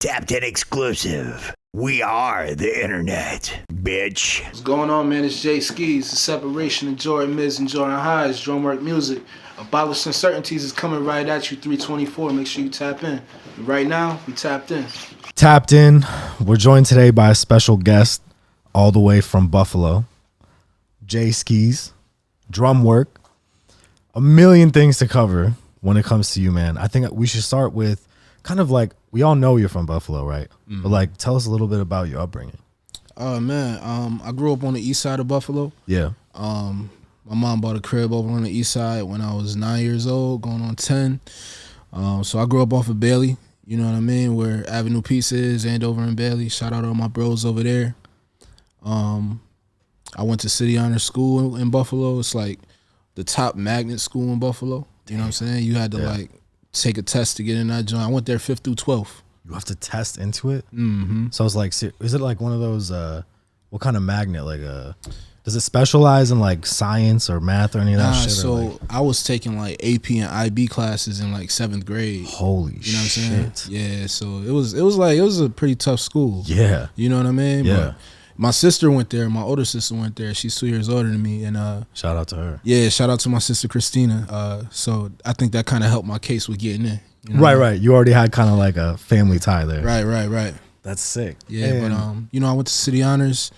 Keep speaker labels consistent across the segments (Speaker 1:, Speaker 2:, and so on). Speaker 1: Tapped in exclusive. We are the internet, bitch.
Speaker 2: What's going on, man? It's Jay Skis. The separation of Jordan Miz and Jordan High is drumwork music. Abolish Uncertainties is coming right at you, 324. Make sure you tap in. Right now, we tapped in.
Speaker 3: Tapped in. We're joined today by a special guest, all the way from Buffalo. Jay Skis, drum work. A million things to cover when it comes to you, man. I think we should start with kind of like we all know you're from Buffalo, right?
Speaker 4: Mm-hmm.
Speaker 3: But like, tell us a little bit about your upbringing.
Speaker 4: Oh man, um, I grew up on the east side of Buffalo.
Speaker 3: Yeah.
Speaker 4: Um, my mom bought a crib over on the east side when I was nine years old, going on ten. Um, so I grew up off of Bailey. You know what I mean? Where Avenue Pizza is, Andover and Bailey. Shout out all my bros over there. Um, I went to City Honor School in, in Buffalo. It's like the top magnet school in Buffalo. You know what I'm saying? You had to like take a test to get in that joint. I went there fifth through twelfth.
Speaker 3: You have to test into it. Mm-hmm. So it's like, se- is it like one of those? uh What kind of magnet? Like a. Does it specialize in like science or math or any of that
Speaker 4: Nah,
Speaker 3: shit? or,
Speaker 4: so
Speaker 3: like-
Speaker 4: I was taking like AP and IB classes in like seventh grade.
Speaker 3: holy
Speaker 4: You know what I'm saying?
Speaker 3: shit.
Speaker 4: Yeah. So it was it was like it was a pretty tough school.
Speaker 3: Yeah.
Speaker 4: You know what I mean?
Speaker 3: Yeah.
Speaker 4: But my sister went there. My older sister went there. She's two years older than me, and uh,
Speaker 3: Shout out to her.
Speaker 4: yeah. Shout out to my sister Christina. Uh, so I think that kind of helped my case with getting in. you know?
Speaker 3: Right, right. You already had kind of like a family tie there.
Speaker 4: Right. Right. Right.
Speaker 3: That's sick.
Speaker 4: Yeah, but
Speaker 3: And-
Speaker 4: um, you know, I went to City Honors.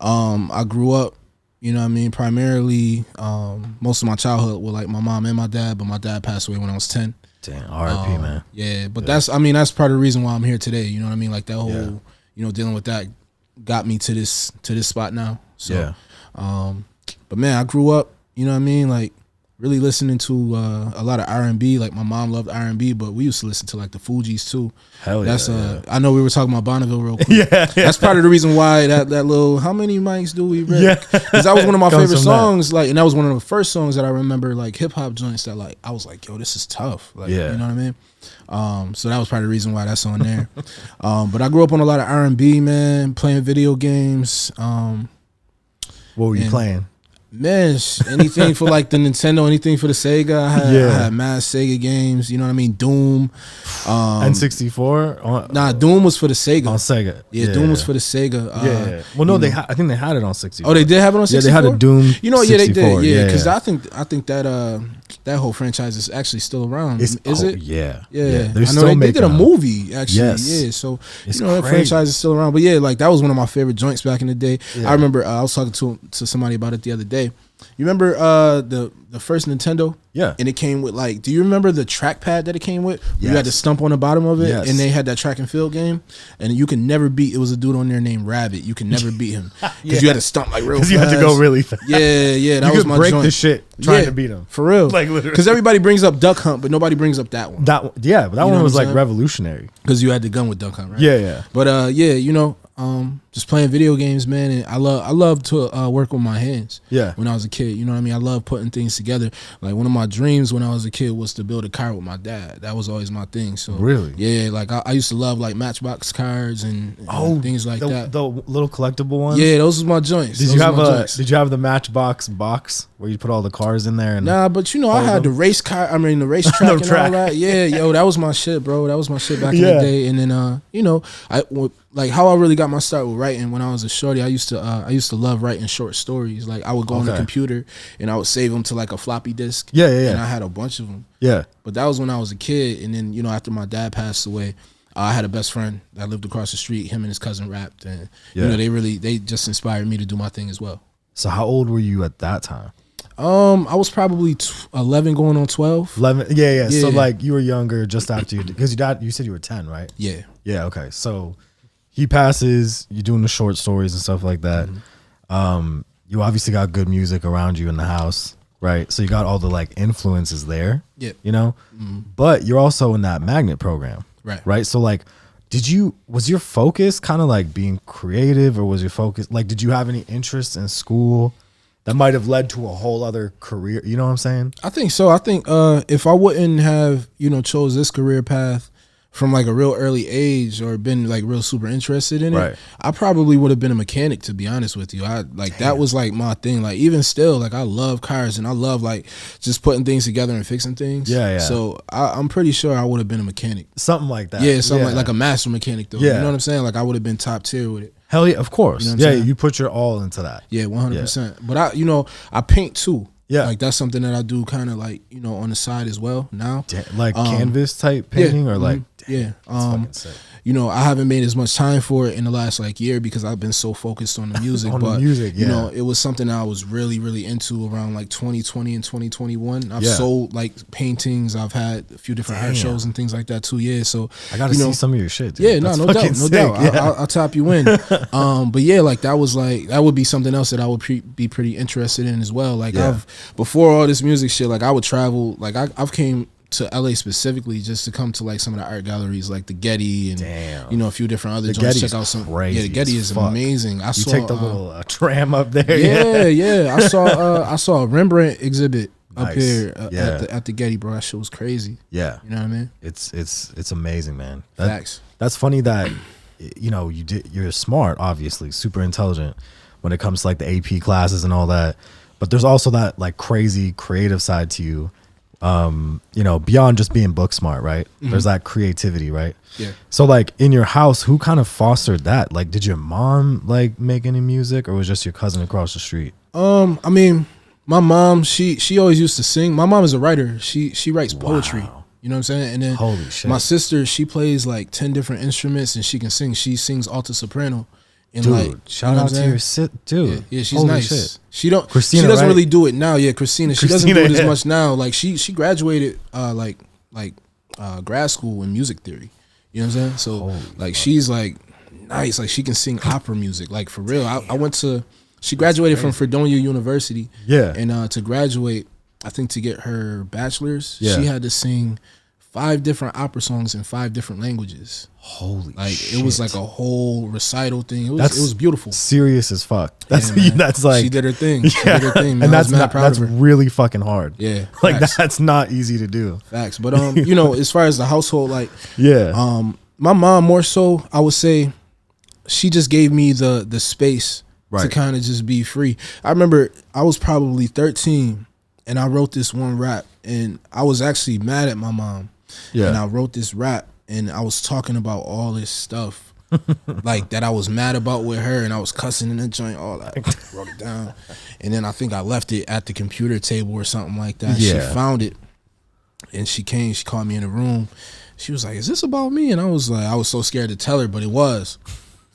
Speaker 4: Um, I grew up, you know, what I mean, primarily um, most of my childhood with like my mom and my dad, but my dad passed away when I was ten.
Speaker 3: damn, RIP,
Speaker 4: Um,
Speaker 3: man.
Speaker 4: Yeah, but that's I mean that's part of the reason why I'm here today. You know what I mean? Like that whole, you know, dealing with that got me to this to this spot now. So,
Speaker 3: yeah,
Speaker 4: um, but man, I grew up, you know what I mean, like really listening to uh, a lot of R&B. Like my mom loved R&B, but we used to listen to like the Fugees too.
Speaker 3: hell yeah.
Speaker 4: That's
Speaker 3: yeah.
Speaker 4: uh, I know we were talking about Bonneville real quick.
Speaker 3: Yeah, yeah.
Speaker 4: that's part of the reason why that that little how many mics do we rip?
Speaker 3: Yeah.
Speaker 4: because that was one of my
Speaker 3: Comes
Speaker 4: favorite
Speaker 3: from that.
Speaker 4: songs. Like, and that was one of the first songs that I remember like hip hop joints that like I was like, yo, this is tough. Like,
Speaker 3: Yeah.
Speaker 4: you know what I mean. Um, so that was part of the reason why that's on there. um, but I grew up on a lot of R and B, man, playing video games. Um,
Speaker 3: What were you
Speaker 4: and-
Speaker 3: playing?
Speaker 4: Man, sh- anything for like the Nintendo, anything for the Sega. I had,
Speaker 3: Yeah.
Speaker 4: I had mad Sega games. You know what I mean? Doom. Um,
Speaker 3: N64 on,
Speaker 4: nah, Doom was for the Sega.
Speaker 3: on Sega.
Speaker 4: yeah, Doom was for the Sega. Uh,
Speaker 3: Yeah. yeah. Well, no, they ha- I think they had it on 64.
Speaker 4: Oh, they did have it on. 64?
Speaker 3: Yeah, they had a Doom
Speaker 4: You know, yeah, they
Speaker 3: 64,
Speaker 4: did. Yeah,
Speaker 3: yeah,
Speaker 4: because
Speaker 3: yeah.
Speaker 4: I think I think that uh that whole franchise is actually still around.
Speaker 3: It's,
Speaker 4: is
Speaker 3: oh,
Speaker 4: it?
Speaker 3: Yeah.
Speaker 4: Yeah,
Speaker 3: They're
Speaker 4: I know
Speaker 3: still
Speaker 4: they, they
Speaker 3: making
Speaker 4: did a
Speaker 3: them.
Speaker 4: movie actually.
Speaker 3: Yes.
Speaker 4: Yeah, so
Speaker 3: It's
Speaker 4: you know that
Speaker 3: crazy.
Speaker 4: franchise is still around. But yeah, like that was one of my favorite joints back in the day.
Speaker 3: Yeah.
Speaker 4: I remember uh, I was talking to to somebody about it the other day. You remember uh the the first Nintendo?
Speaker 3: Yeah.
Speaker 4: and it came with like. Do you remember the trackpad that it came with? You
Speaker 3: Yes.
Speaker 4: had to stump on the bottom of it,
Speaker 3: Yes.
Speaker 4: and they had that track and field game, and you can never beat. It was a dude on there named Rabbit. You can never beat him because you had to stump like real.
Speaker 3: 'Cause you had to go
Speaker 4: fast.
Speaker 3: really fast.
Speaker 4: Yeah, yeah, that
Speaker 3: you
Speaker 4: was
Speaker 3: could
Speaker 4: my
Speaker 3: break
Speaker 4: joint.
Speaker 3: the shit trying
Speaker 4: Yeah,
Speaker 3: to beat them.
Speaker 4: for real.
Speaker 3: Like, literally.
Speaker 4: because everybody brings up Duck Hunt, but nobody brings up that one
Speaker 3: That one- yeah, but that
Speaker 4: know
Speaker 3: one
Speaker 4: what
Speaker 3: was
Speaker 4: I'm
Speaker 3: like
Speaker 4: saying?
Speaker 3: revolutionary.
Speaker 4: because you had the gun with Duck Hunt, right?
Speaker 3: Yeah, yeah.
Speaker 4: But uh, yeah, you know, um, just playing video games, man. And I love, I love to uh, work with my hands.
Speaker 3: Yeah.
Speaker 4: When I was a kid, you know what I mean. I love putting things together. Like one of my dreams when I was a kid was to build a car with my dad. That was always my thing. So
Speaker 3: Really?
Speaker 4: yeah. Like I, I used to love like Matchbox cards and, and Oh, things like
Speaker 3: Oh, the,
Speaker 4: that.
Speaker 3: The little collectible ones.
Speaker 4: yeah, those was my joints.
Speaker 3: Did
Speaker 4: Those
Speaker 3: you
Speaker 4: was
Speaker 3: have
Speaker 4: my
Speaker 3: a
Speaker 4: joints.
Speaker 3: Did you have the Matchbox box where you put all the cars in there and
Speaker 4: Nah, but you know, I
Speaker 3: Hold
Speaker 4: had
Speaker 3: them.
Speaker 4: the race car. I mean, the racetrack and
Speaker 3: track.
Speaker 4: all that. Yeah, yo, that was my shit, bro. That was my shit back in
Speaker 3: Yeah.
Speaker 4: the day. And then, uh, you know, I w- like how I really got my start with writing when I was a shorty. I used to, uh, I used to love writing short stories. Like I would go on the
Speaker 3: Okay.
Speaker 4: computer and I would save them to like a floppy disk.
Speaker 3: Yeah, yeah, yeah.
Speaker 4: And I had a bunch of them.
Speaker 3: yeah?
Speaker 4: But that was when I was a kid. And then, you know, after my dad passed away, uh, I had a best friend that lived across the street. Him and his cousin rapped, and
Speaker 3: Yeah.
Speaker 4: you know, they really they just inspired me to do my thing as well.
Speaker 3: So how old were you at that time?
Speaker 4: Um, I was probably t- eleven, going on twelve.
Speaker 3: Eleven. Yeah, yeah. So
Speaker 4: Yeah.
Speaker 3: like you were younger just after you because you died. You said you were ten, right?
Speaker 4: Yeah.
Speaker 3: Yeah. Okay. So he passes. You're doing the short stories and stuff like that.
Speaker 4: Mm-hmm.
Speaker 3: Um, you obviously got good music around you in the house, right? So you got all the like influences there.
Speaker 4: Yeah. Mm-hmm.
Speaker 3: You know, but you're also in that magnet program,
Speaker 4: Right.
Speaker 3: Right. So like, did you was your focus kind of like being creative, or was your focus like did you have any interests in school? That might have led to a whole other career. You know what I'm saying?
Speaker 4: I think so. I think uh, if I wouldn't have you know chose this career path from like a real early age or been like real super interested in it,
Speaker 5: Right.
Speaker 4: I probably would have been a mechanic to be honest with you. I like that was like my thing. Like even still, like I love cars and I love like just putting things together and fixing things.
Speaker 3: Yeah, yeah.
Speaker 4: So I, I'm pretty sure I would have been a mechanic.
Speaker 3: something like that.
Speaker 4: Yeah, something Like, like a master mechanic though. You
Speaker 3: Yeah.
Speaker 4: know what I'm saying? Like I would have been top tier with it.
Speaker 3: hell yeah, of course.
Speaker 4: You know what I'm
Speaker 3: yeah,
Speaker 4: saying?
Speaker 3: you put your all into that.
Speaker 4: Yeah, one hundred percent. But I, you know, I paint too.
Speaker 3: Yeah.
Speaker 4: like that's something that I do kind of like you know on the side as well now.
Speaker 3: Da- Like
Speaker 4: Um,
Speaker 3: canvas type
Speaker 4: Yeah,
Speaker 3: painting or like
Speaker 4: mhm, yeah.
Speaker 3: fucking
Speaker 4: Um,
Speaker 3: sick.
Speaker 4: you know, I haven't made as much time for it in the last like year because I've been so focused on the music.
Speaker 3: On the
Speaker 4: but
Speaker 3: music,
Speaker 4: you
Speaker 3: yeah.
Speaker 4: know, it was something I was really, really into around like 2020 and 2021. I've
Speaker 3: Yeah.
Speaker 4: sold like paintings. I've had a few different art
Speaker 3: Damn.
Speaker 4: shows and things like that too. Yeah, so
Speaker 3: I gotta
Speaker 4: you know,
Speaker 3: see some of your shit. Dude.
Speaker 4: yeah, no,
Speaker 3: That's
Speaker 4: no doubt,
Speaker 3: fucking
Speaker 4: no
Speaker 3: sick,
Speaker 4: doubt. I,
Speaker 3: yeah.
Speaker 4: I'll, I'll top you in. um, but yeah, like that was like that would be something else that I would pre- be pretty interested in as well. Like
Speaker 3: Yeah.
Speaker 4: I've before all this music shit, like I would travel. Like I, I've came to LA specifically just to come to like some of the art galleries, like the Getty and
Speaker 3: Damn.
Speaker 4: you know a few different other
Speaker 3: The
Speaker 4: joints.
Speaker 3: Getty's
Speaker 4: Check out some.
Speaker 3: crazy
Speaker 4: Yeah, the Getty
Speaker 3: as
Speaker 4: is
Speaker 3: fuck.
Speaker 4: amazing. I
Speaker 3: you
Speaker 4: saw.
Speaker 3: take the
Speaker 4: uh,
Speaker 3: little uh, tram up there.
Speaker 4: yeah, yeah. I saw. Uh, I saw a Rembrandt exhibit up
Speaker 3: Nice.
Speaker 4: here uh,
Speaker 3: Yeah.
Speaker 4: at, the, at the Getty, bro. That shit was crazy.
Speaker 3: yeah.
Speaker 4: You know what I mean?
Speaker 3: It's it's it's amazing, man. That-
Speaker 4: Facts.
Speaker 3: That's funny that you know you did. You're smart, obviously, super intelligent when it comes to like the AP classes and all that. But there's also that like crazy creative side to you. Um, you know, beyond just being book smart, right? There's that creativity, right?
Speaker 4: Mm-hmm. Yeah.
Speaker 3: So like in your house, who kind of fostered that? Like, did your mom like make any music, or was it just your cousin across the street?
Speaker 4: Um, I mean, my mom, she she always used to sing. My mom is a writer. She she writes poetry. You know what I'm saying? And then
Speaker 3: Holy shit.
Speaker 4: my sister, she plays like ten different instruments and she can sing. She sings alto soprano. And
Speaker 3: Dude,
Speaker 4: like,
Speaker 3: shout
Speaker 4: you know
Speaker 3: out
Speaker 4: what I'm
Speaker 3: to your
Speaker 4: saying?
Speaker 3: sit, dude.
Speaker 4: yeah, yeah, she's
Speaker 3: Holy
Speaker 4: nice.
Speaker 3: shit.
Speaker 4: She don't
Speaker 3: Christina,
Speaker 4: she doesn't
Speaker 3: right?
Speaker 4: really do it now. Yeah, Christina, she doesn't do
Speaker 3: Christina,
Speaker 4: it as
Speaker 3: yeah.
Speaker 4: much now. Like she she graduated uh like like uh grad school in music theory. You know what I'm saying? So like she's like nice. Like she can sing opera music. Like for real. I, I went to she graduated from Fredonia University.
Speaker 3: Yeah.
Speaker 4: And uh to graduate, I think to get her bachelor's,
Speaker 3: Yeah.
Speaker 4: she had to sing five different opera songs in five different languages.
Speaker 3: Holy
Speaker 4: Like
Speaker 3: Oh, shit.
Speaker 4: it was like a whole recital thing. It was
Speaker 3: That's
Speaker 4: it was beautiful.
Speaker 3: serious as fuck. That's
Speaker 4: Yeah, man.
Speaker 3: that's like
Speaker 4: she did her thing. She did her thing, man.
Speaker 3: and
Speaker 4: I was
Speaker 3: that's
Speaker 4: mad
Speaker 3: not,
Speaker 4: proud
Speaker 3: that's
Speaker 4: of her.
Speaker 3: really fucking hard.
Speaker 4: Yeah,
Speaker 3: like
Speaker 4: facts.
Speaker 3: that's not easy to do.
Speaker 4: Facts. But um, you know, as far as the household, like
Speaker 3: Yeah,
Speaker 4: um, my mom more so, I would say, she just gave me the the space to
Speaker 3: Right.
Speaker 4: kind of just be free. I remember I was probably thirteen, and I wrote this one rap, and I was actually mad at my mom.
Speaker 3: Yeah.
Speaker 4: And I wrote this rap, and I was talking about all this stuff. like that I was mad about with her and I was cussing in the joint all that wrote it down and then I think I left it at the computer table or something like that
Speaker 3: Yeah.
Speaker 4: she found it and she came she called me in the room she was like is this about me and I was like I was so scared to tell her but it was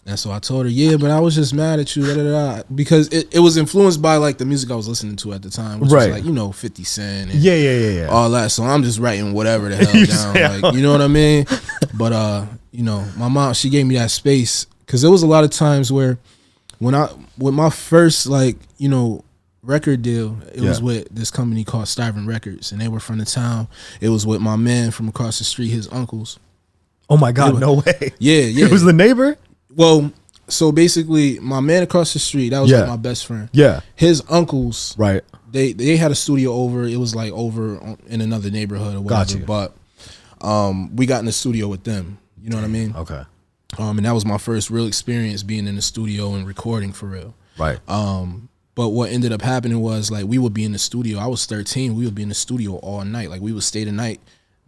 Speaker 4: and so I told her yeah but I was just mad at you da, da, da, because it, it was influenced by like the music I was listening to at the time which
Speaker 3: Right.
Speaker 4: was like you know 50 Cent and
Speaker 3: yeah, yeah, yeah, yeah.
Speaker 4: all that. So I'm just writing whatever the hell down. Like, you know what I mean? But uh, you know, my mom she gave me that space because there was a lot of times where when I with my first like you know record deal, it was
Speaker 3: Yeah.
Speaker 4: with this company called Starving Records, and they were from the town. It was with my man from across the street, his uncles.
Speaker 3: oh my god, no way.
Speaker 4: Yeah, yeah.
Speaker 3: It was the neighbor.
Speaker 4: well, so basically, my man across the street that was
Speaker 3: Yeah.
Speaker 4: like my best friend.
Speaker 3: Yeah,
Speaker 4: His uncles
Speaker 3: right.
Speaker 4: they they had a studio over. It was like over on- in another neighborhood or whatever.
Speaker 3: Got you.
Speaker 4: But um, we got in the studio with them. You know what I mean?
Speaker 3: Okay,
Speaker 4: Um, and that was my first real experience being in the studio and recording for real.
Speaker 3: right.
Speaker 4: But what ended up happening was like we would be in the studio. I was 13. We would be in the studio all night. Like we would stay the night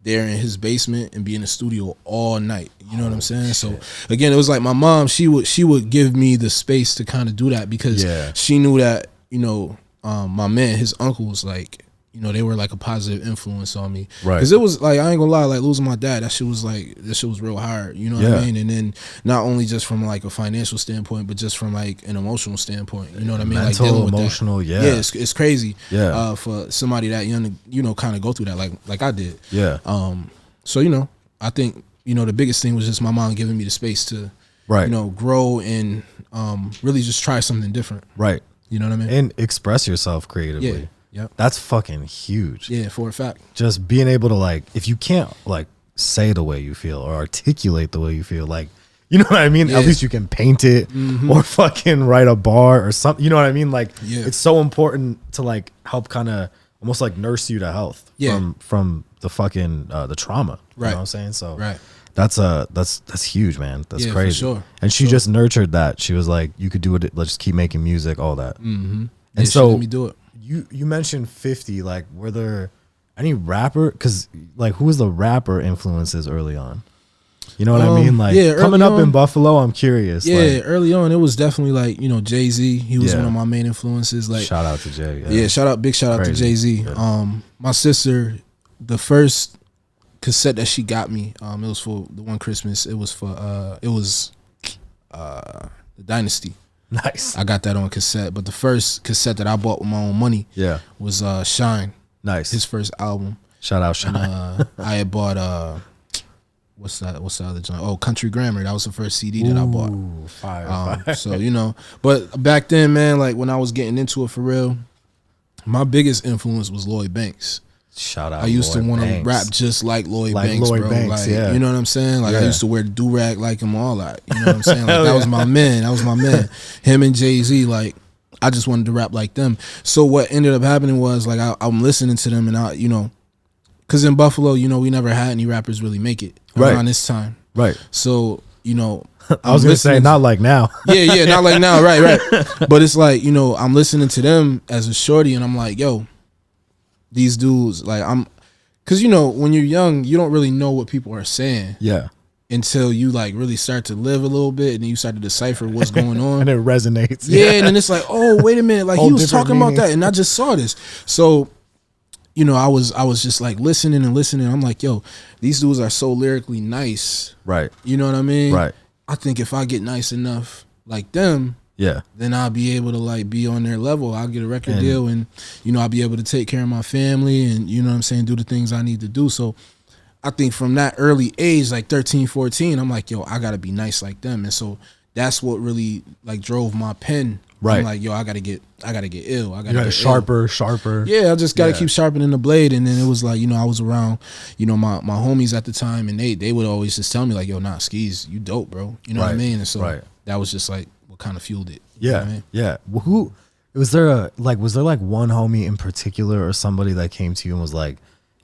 Speaker 4: there in his basement and be in the studio all night. You know what I'm
Speaker 3: Oh,
Speaker 4: saying? So again, it was like my mom, she would she would give me the space to kind of do that because
Speaker 3: Yeah.
Speaker 4: she knew that, you know, um, my man, his uncles like you know, they were like a positive influence on me.
Speaker 3: Right.
Speaker 4: Cause it was like, I ain't gonna lie, like losing my dad, that shit was like, that shit was real hard. You know what
Speaker 3: Yeah.
Speaker 4: I mean? And then not only just from like a financial standpoint, but just from like an emotional standpoint. You know what I mean? like
Speaker 3: Mental,
Speaker 4: dealing with that.
Speaker 3: emotional, yeah.
Speaker 4: yeah, it's, it's crazy.
Speaker 3: Yeah.
Speaker 4: uh, for somebody that young, to, you know, kind of go through that, like like I did.
Speaker 3: yeah,
Speaker 4: Um, so you know, I think you know the biggest thing was just my mom giving me the space to,
Speaker 3: Right.
Speaker 4: you know, grow and um really just try something different.
Speaker 3: right.
Speaker 4: You know what I mean?
Speaker 3: And express yourself creatively.
Speaker 4: yeah, yep,
Speaker 3: That's fucking huge.
Speaker 4: yeah, for a fact.
Speaker 3: Just being able to like, if you can't like say the way you feel or articulate the way you feel, like. You know what I
Speaker 4: Yeah.
Speaker 3: mean?
Speaker 4: Mm-hmm.
Speaker 3: At least you can paint it or fucking write a bar or something. You know what I mean? Like
Speaker 4: Yeah.
Speaker 3: it's so important to like help kind of almost like nurse you to health
Speaker 4: Yeah.
Speaker 3: from from the fucking uh, the trauma. You
Speaker 4: Right.
Speaker 3: know what I'm saying? So
Speaker 4: Right.
Speaker 3: That's uh that's that's huge, man. That's
Speaker 4: Yeah, for
Speaker 3: crazy.
Speaker 4: sure.
Speaker 3: And she just nurtured that. She was like, "You could do it. Let's just keep making music, all that."
Speaker 4: Mm-hmm. she
Speaker 3: And so-
Speaker 4: let me do it.
Speaker 3: You you mentioned fifty. Like, were there any rapper? Because like, who was the rapper influences early on? You know what I
Speaker 4: Um,
Speaker 3: mean? Like,
Speaker 4: yeah,
Speaker 3: coming
Speaker 4: early
Speaker 3: up in
Speaker 4: on-
Speaker 3: Buffalo, I'm curious.
Speaker 4: Yeah,
Speaker 3: like,
Speaker 4: early on, it was definitely like you know Jay Z. He was
Speaker 3: Yeah.
Speaker 4: one of my main influences. Like
Speaker 3: shout out to Jay.
Speaker 4: Yeah, shout out, big shout out to
Speaker 3: Crazy.
Speaker 4: Jay Z.
Speaker 3: Yeah.
Speaker 4: Um, my sister, the first cassette that she got me, um, it was for the one Christmas. It was for uh, it was uh, the Dynasty.
Speaker 3: nice.
Speaker 4: I got that on cassette, but the first cassette that I bought with my own money
Speaker 3: Yeah,
Speaker 4: was uh, Shine,
Speaker 3: nice.
Speaker 4: his first album.
Speaker 3: shout out, Shine.
Speaker 4: Uh, I had bought uh, what's that? What's the other joint? Oh, Country Grammar. That was the first CD that I bought.
Speaker 3: Ooh, fire,
Speaker 4: Um,
Speaker 3: fire.
Speaker 4: so you know, but back then, man, like when I was getting into it for real, my biggest influence was Lloyd Banks.
Speaker 3: Shout out.
Speaker 4: I used
Speaker 3: Lloyd
Speaker 4: to want to
Speaker 3: Banks.
Speaker 4: rap just like Lloyd
Speaker 3: Like
Speaker 4: Banks,
Speaker 3: Lloyd
Speaker 4: bro.
Speaker 3: Banks,
Speaker 4: like,
Speaker 3: yeah.
Speaker 4: You know what I'm saying? Like I
Speaker 3: Yeah. Oh,
Speaker 4: used to wear the do rag like him, all that. You know what I'm saying? Like that was my man. That was my man. Him and Jay Z. Like I just wanted to rap like them. So what ended up happening was like I, I'm listening to them, and I, you know, because in Buffalo, you know, we never had any rappers really make it
Speaker 3: Right.
Speaker 4: around this time.
Speaker 3: Right.
Speaker 4: So you know,
Speaker 3: I was
Speaker 4: I'm
Speaker 3: gonna say
Speaker 4: listening-
Speaker 3: not like now.
Speaker 4: yeah, yeah, not like now, right, right. But it's like you know, I'm listening to them as a shorty, and I'm like, yo, these dudes, like I'm, because you know, when you're young, you don't really know what people are saying
Speaker 3: yeah,
Speaker 4: until you like really start to live a little bit, and then you start to decipher what's going on.
Speaker 3: and it resonates.
Speaker 4: Yeah, and then it's like, oh, wait a minute, like he
Speaker 3: Whole
Speaker 4: was
Speaker 3: different
Speaker 4: talking about
Speaker 3: meaning.
Speaker 4: that, and I just saw this. So, you know, I was I was just like listening and listening. I'm like, yo, these dudes are so lyrically nice.
Speaker 3: Right.
Speaker 4: You know what I mean?
Speaker 3: Right.
Speaker 4: I think if I get nice enough like them,
Speaker 3: Yeah.
Speaker 4: then I'll be able to like be on their level. I'll get a record
Speaker 3: And-
Speaker 4: deal and you know, I'll be able to take care of my family and you know what I'm saying, do the things I need to do. So I think from that early age, like 13, 14, I'm like, yo, I gotta be nice like them. And so that's what really like drove my pen.
Speaker 3: Right.
Speaker 4: I'm like, yo, I gotta get I gotta get ill. I gotta
Speaker 3: You got
Speaker 4: get ill.
Speaker 3: sharper, sharper.
Speaker 4: Yeah, I just gotta
Speaker 3: Yeah.
Speaker 4: keep sharpening the blade. And then it was like, you know, I was around, you know, my, my homies at the time and they they would always just tell me like, yo, nah, skis, you dope, bro. You know what
Speaker 3: Right,
Speaker 4: I mean? And so
Speaker 3: right.
Speaker 4: that was just like what kind of fueled it. You know what I
Speaker 3: Yeah,
Speaker 4: mean?
Speaker 3: yeah. Well, who was there? A like, was there like one homie in particular, or somebody that came to you and was like,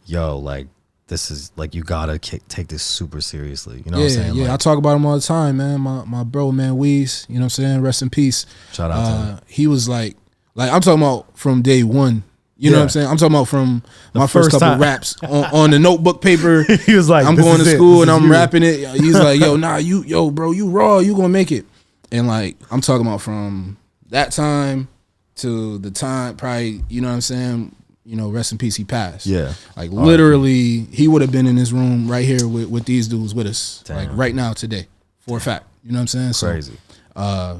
Speaker 3: "Yo, like, this is like you gotta ki- take this super seriously." You know what I'm
Speaker 4: yeah,
Speaker 3: saying?
Speaker 4: yeah.
Speaker 3: Like,
Speaker 4: I talk about him all the time, man. My my bro, man, Weeze. You know what I'm saying? Rest in peace.
Speaker 3: shout out to him.
Speaker 4: Uh, he was like, like I'm talking about from day one. You know
Speaker 3: Yeah.
Speaker 4: what I'm saying? I'm talking about from my first,
Speaker 3: first
Speaker 4: couple
Speaker 3: time.
Speaker 4: raps on, on the notebook paper.
Speaker 3: He was like,
Speaker 4: I'm
Speaker 3: "This
Speaker 4: going
Speaker 3: is
Speaker 4: to
Speaker 3: it.
Speaker 4: school
Speaker 3: This
Speaker 4: and
Speaker 3: is
Speaker 4: I'm
Speaker 3: you."
Speaker 4: rapping it. He's like, yo, nah, you, yo, bro, you raw, you gonna make it. And like, I'm talking about from that time to the time, probably, you know what I'm saying? You know, rest in peace, he passed.
Speaker 3: Yeah.
Speaker 4: Like literally, he would have been in this room right here with, with these dudes with us, like
Speaker 3: Damn.
Speaker 4: right now today, for a fact. You know what I'm saying? So,
Speaker 3: Crazy.
Speaker 4: uh,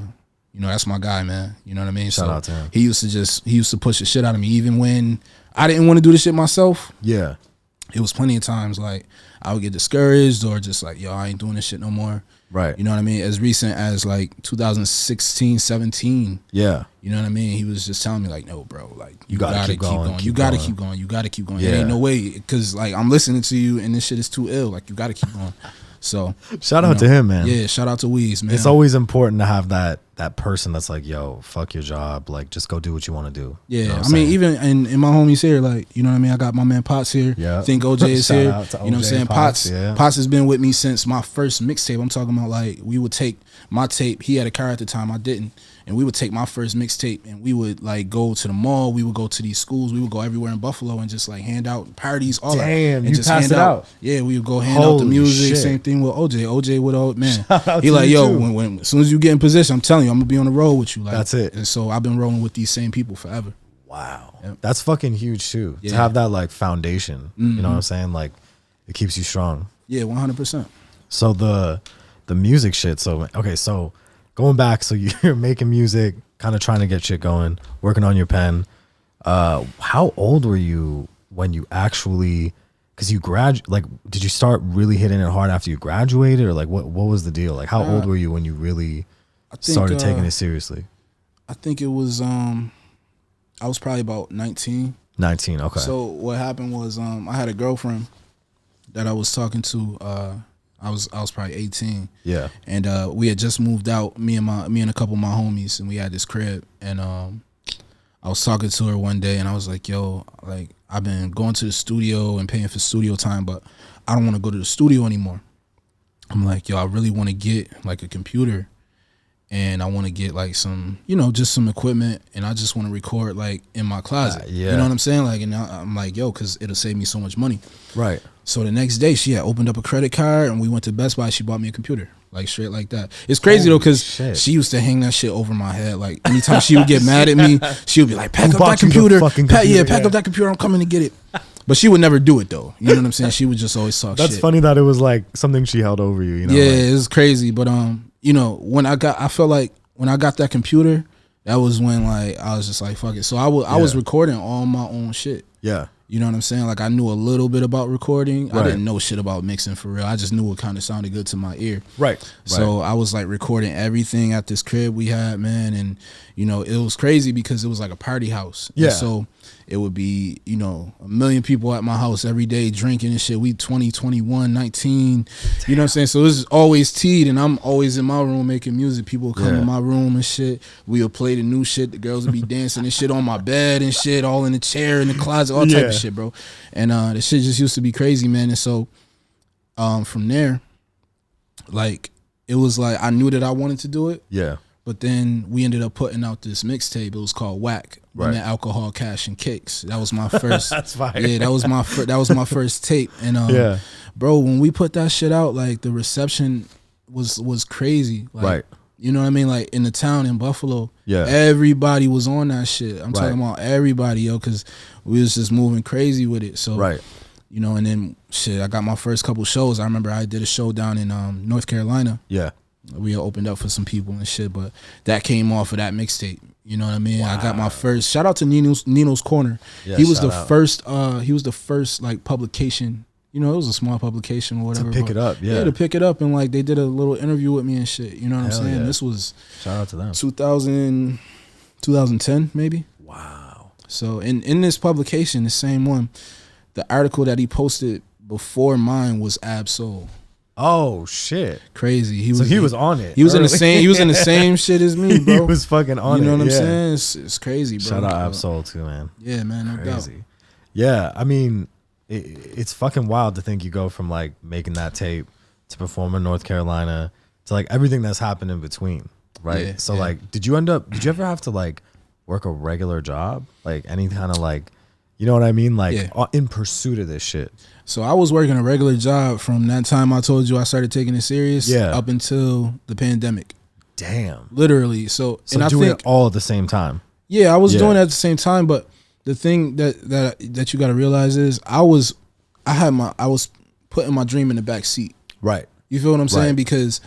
Speaker 4: you know, that's my guy, man. You know what I mean?
Speaker 3: Shout out to him.
Speaker 4: He used to just he used to push the shit out of me, even when I didn't want to do the shit myself.
Speaker 3: Yeah,
Speaker 4: It was plenty of times like I would get discouraged or just like, yo, I ain't doing this shit no more.
Speaker 3: right.
Speaker 4: You know what I mean? As recent as like 2016, 17,
Speaker 3: yeah,
Speaker 4: you know what I mean? He was just telling me like, no, bro, like you,
Speaker 3: gotta
Speaker 4: gotta, keep,
Speaker 3: keep going,
Speaker 4: going,
Speaker 3: keep
Speaker 4: you gotta
Speaker 3: going."
Speaker 4: keep going, you gotta keep going.
Speaker 3: Yeah.
Speaker 4: There ain't no way because like I'm listening to you and this shit is too ill. Like you gotta keep going. So
Speaker 3: shout
Speaker 4: you
Speaker 3: out to
Speaker 4: know,
Speaker 3: him, man.
Speaker 4: Yeah, shout out to Weez, man.
Speaker 3: It's always important to have that that person that's like, "Yo, fuck your job. Like, just go do what you want to do."
Speaker 4: Yeah,
Speaker 3: You know what
Speaker 4: I
Speaker 3: I'm
Speaker 4: mean,
Speaker 3: saying?
Speaker 4: even and, and my homies here, like you know what I mean. I got my man Potts here.
Speaker 3: Yeah.
Speaker 4: I think OJ is
Speaker 3: Shout
Speaker 4: here.
Speaker 3: out to
Speaker 4: you know what I'm
Speaker 3: OJ
Speaker 4: saying?
Speaker 3: Potts,
Speaker 4: Potts,
Speaker 3: yeah.
Speaker 4: Potts has been with me since my first mixtape. I'm talking about like we would take my tape. He had a car at the time. I didn't, and we would take my first mixtape and we would like go to the mall. We would go to these schools. We would go everywhere in Buffalo and just like hand out parties. All that.
Speaker 3: Damn,
Speaker 4: and
Speaker 3: you
Speaker 4: just hand
Speaker 3: passed it out.
Speaker 4: Yeah, we would go hand out
Speaker 3: Holy
Speaker 4: the music.
Speaker 3: shit.
Speaker 4: Same thing with OJ. OJ with old man.
Speaker 3: out
Speaker 4: He
Speaker 3: to
Speaker 4: like
Speaker 3: you
Speaker 4: yo,
Speaker 3: too.
Speaker 4: when, when as soon as you get in position, I'm telling you, I'm gonna be on the road with you. Like
Speaker 3: That's it.
Speaker 4: And so I've been rolling with these same people forever.
Speaker 3: Wow. That's fucking huge too. To
Speaker 4: Yeah. Mm-hmm.
Speaker 3: have that like foundation. You know what I'm saying? Like it keeps you strong.
Speaker 4: Yeah, one hundred percent.
Speaker 3: So the the music shit. So okay, so going back, so you're making music, kind of trying to get shit going, working on your pen. Uh how old were you when you actually cuz you grad like did you start really hitting it hard after you graduated or like what what was the deal? Like how old were you when you really
Speaker 4: think,
Speaker 3: started
Speaker 4: uh,
Speaker 3: taking it seriously?
Speaker 4: I think it was um, I was probably about nineteen.
Speaker 3: 19. Okay.
Speaker 4: So what happened was um, I had a girlfriend that I was talking to. Uh, I was I was probably eighteen.
Speaker 3: yeah.
Speaker 4: and uh, we had just moved out. Me and my me and a couple of my homies, and we had this crib. And um, I was talking to her one day, and I was like, "Yo, like I've been going to the studio and paying for studio time, but I don't want to go to the studio anymore." I'm like, yo, I really want to get like a computer and I want to get like some, you know, just some equipment and I just want to record like in my closet.
Speaker 3: yeah.
Speaker 4: You know what I'm saying? Like, and I, I'm like, yo, because it'll save me so much money.
Speaker 3: Right.
Speaker 4: So the next day, she had opened up a credit card, and we went to Best Buy. She bought me a computer, like straight like that. It's crazy though, because
Speaker 3: shit.
Speaker 4: she used to hang that shit over my head. Like anytime she would get mad at me, she would be like, "Pack
Speaker 3: Who
Speaker 4: up
Speaker 3: bought
Speaker 4: that
Speaker 3: you the
Speaker 4: computer,
Speaker 3: fucking
Speaker 4: Pack- yeah,
Speaker 3: computer?"
Speaker 4: pack up that computer. I'm coming to get it." But she would never do it though. You know what I'm saying? She would just always talk
Speaker 3: That's
Speaker 4: shit.
Speaker 3: funny that it was like something she held over you. You know.
Speaker 4: yeah,
Speaker 3: like-
Speaker 4: it was crazy. But um, you know, when I got, I felt like when I got that computer, that was when like I was just like, "Fuck it." So I was I was
Speaker 3: Yeah.
Speaker 4: recording all my own shit.
Speaker 3: yeah.
Speaker 4: You know what I'm saying? Like I knew a little bit about recording.
Speaker 3: Right.
Speaker 4: I didn't know shit about mixing for real. I just knew it kind of sounded good to my ear.
Speaker 3: Right. Right.
Speaker 4: So I was like recording everything at this crib we had, man, and you know it was crazy because it was like a party house. And
Speaker 3: Yeah.
Speaker 4: so it would be you know a million people at my house every day drinking and shit. We 20, 21, 19. You know what I'm saying? So it was always teed, and I'm always in my room making music. People would come
Speaker 3: Yeah.
Speaker 4: in my room and shit. We would play the new shit. The girls would be dancing and shit on my bed and shit, all in the chair in the closet, all type
Speaker 3: Yeah.
Speaker 4: of shit, bro. And uh, the shit just used to be crazy, man. And so um, from there, like it was like I knew that I wanted to do it,
Speaker 3: yeah.
Speaker 4: but then we ended up putting out this mixtape. It was called Whack,
Speaker 3: Right.
Speaker 4: right? alcohol, cash, and kicks. That was my first.
Speaker 3: That's fire.
Speaker 4: Yeah, that was my fir- that was my first tape. And um,
Speaker 3: Yeah.
Speaker 4: bro, when we put that shit out, like the reception was was crazy. Like,
Speaker 3: Right.
Speaker 4: You know what I mean? Like in the town in Buffalo,
Speaker 3: Yeah.
Speaker 4: everybody was on that shit. I'm
Speaker 3: Right.
Speaker 4: talking about everybody, yo, because we was just moving crazy with it. So
Speaker 3: Right.
Speaker 4: you know, and then shit, I got my first couple shows. I remember I did a show down in um, North Carolina.
Speaker 3: Yeah.
Speaker 4: We opened up for some people and shit, but that came off of that mixtape. You know what I mean? I got my first shout out to Nino's Nino's Corner.
Speaker 3: Yeah,
Speaker 4: he was
Speaker 3: shout
Speaker 4: the
Speaker 3: out.
Speaker 4: first uh he was the first like publication. You know, it was a small publication or whatever.
Speaker 3: pick
Speaker 4: but-
Speaker 3: it up, yeah.
Speaker 4: to pick it up and like they did a little interview with me and shit. You know what
Speaker 3: Hell
Speaker 4: I'm saying?
Speaker 3: yeah.
Speaker 4: This was
Speaker 3: Shout out to them.
Speaker 4: 2000, 2010 maybe.
Speaker 3: Wow.
Speaker 4: So in in this publication, the same one, the article that he posted before mine was Absol.
Speaker 3: Oh shit.
Speaker 4: Crazy. He was
Speaker 3: So he was on it.
Speaker 4: he was in the
Speaker 3: early.
Speaker 4: same he was in the same shit as me, bro.
Speaker 3: he was fucking on
Speaker 4: you know
Speaker 3: it.
Speaker 4: what I'm
Speaker 3: yeah.
Speaker 4: saying? It's, it's crazy, bro.
Speaker 3: Shout out
Speaker 4: So,
Speaker 3: Absol too, man.
Speaker 4: Yeah, man, no doubt.
Speaker 3: Crazy. Yeah, I mean, it, it's fucking wild to think you go from like making that tape to perform in North Carolina to like everything that's happened in between, right?
Speaker 4: Yeah,
Speaker 3: so
Speaker 4: yeah.
Speaker 3: like, did you end up? Did you ever have to like work a regular job, like any kind of like, you know what I mean, like
Speaker 4: Yeah.
Speaker 3: uh, in pursuit of this shit?
Speaker 4: So I was working a regular job from that time I told you I started taking it serious
Speaker 3: Yeah.
Speaker 4: up until the pandemic.
Speaker 3: Damn.
Speaker 4: Literally. So,
Speaker 3: So
Speaker 4: and I
Speaker 3: doing
Speaker 4: think
Speaker 3: it all at the same time.
Speaker 4: Yeah, I was
Speaker 3: Yeah.
Speaker 4: doing it at the same time, but the thing that that that you got to realize is I was I had my I was putting my dream in the back seat.
Speaker 3: Right.
Speaker 4: You feel what I'm saying?
Speaker 3: Right.
Speaker 4: Because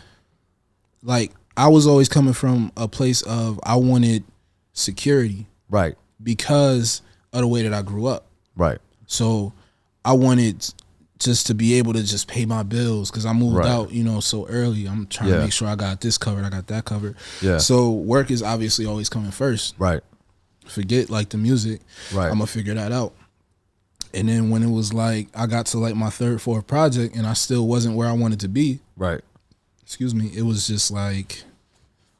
Speaker 4: like I was always coming from a place of I wanted security
Speaker 3: Right.
Speaker 4: because of the way that I grew up.
Speaker 3: Right.
Speaker 4: So I wanted just to be able to just pay my bills because I moved
Speaker 3: Right.
Speaker 4: out, you know, so early. I'm trying
Speaker 3: Yeah.
Speaker 4: to make sure I got this covered, I got that covered.
Speaker 3: Yeah.
Speaker 4: So work is obviously always coming first
Speaker 3: Right.
Speaker 4: forget like the music.
Speaker 3: Right.
Speaker 4: I'm gonna figure that out. And then when it was like I got to like my third, fourth project, and I still wasn't where I wanted to be.
Speaker 3: Right.
Speaker 4: Excuse me. It was just like,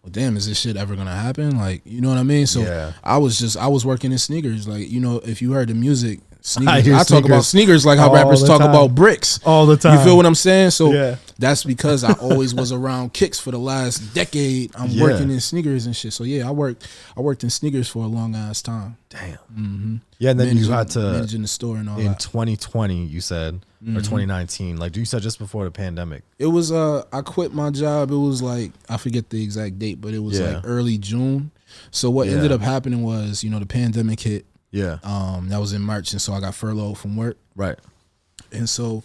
Speaker 4: well, damn, is this shit ever gonna happen? Like, you know what I mean? So
Speaker 3: Yeah.
Speaker 4: I was just I was working in sneakers. Like, you know, if you heard the music, sneakers. I,
Speaker 3: hear
Speaker 4: talk about
Speaker 3: sneakers
Speaker 4: sneakers like how
Speaker 3: all
Speaker 4: rappers
Speaker 3: the
Speaker 4: talk
Speaker 3: time.
Speaker 4: about bricks
Speaker 3: All the
Speaker 4: You
Speaker 3: time.
Speaker 4: feel what I'm saying? So
Speaker 3: Yeah.
Speaker 4: that's because I always was around kicks for the last decade. I'm
Speaker 3: Yeah.
Speaker 4: working in sneakers and shit. So yeah, I worked I worked in sneakers for a long ass time.
Speaker 3: Damn. Yeah, and then you
Speaker 4: managing-
Speaker 3: had to
Speaker 4: managing the store and all
Speaker 3: in
Speaker 4: that.
Speaker 3: 2020 you said or 2019 like you said just before the pandemic
Speaker 4: It was uh, I quit my job. It was like I forget the exact date, but it was
Speaker 3: Yeah.
Speaker 4: like early June. So what
Speaker 3: Yeah.
Speaker 4: ended up happening was, you know, the pandemic hit.
Speaker 3: yeah
Speaker 4: Um, that was in March, and so I got furloughed from work.
Speaker 3: right
Speaker 4: And so,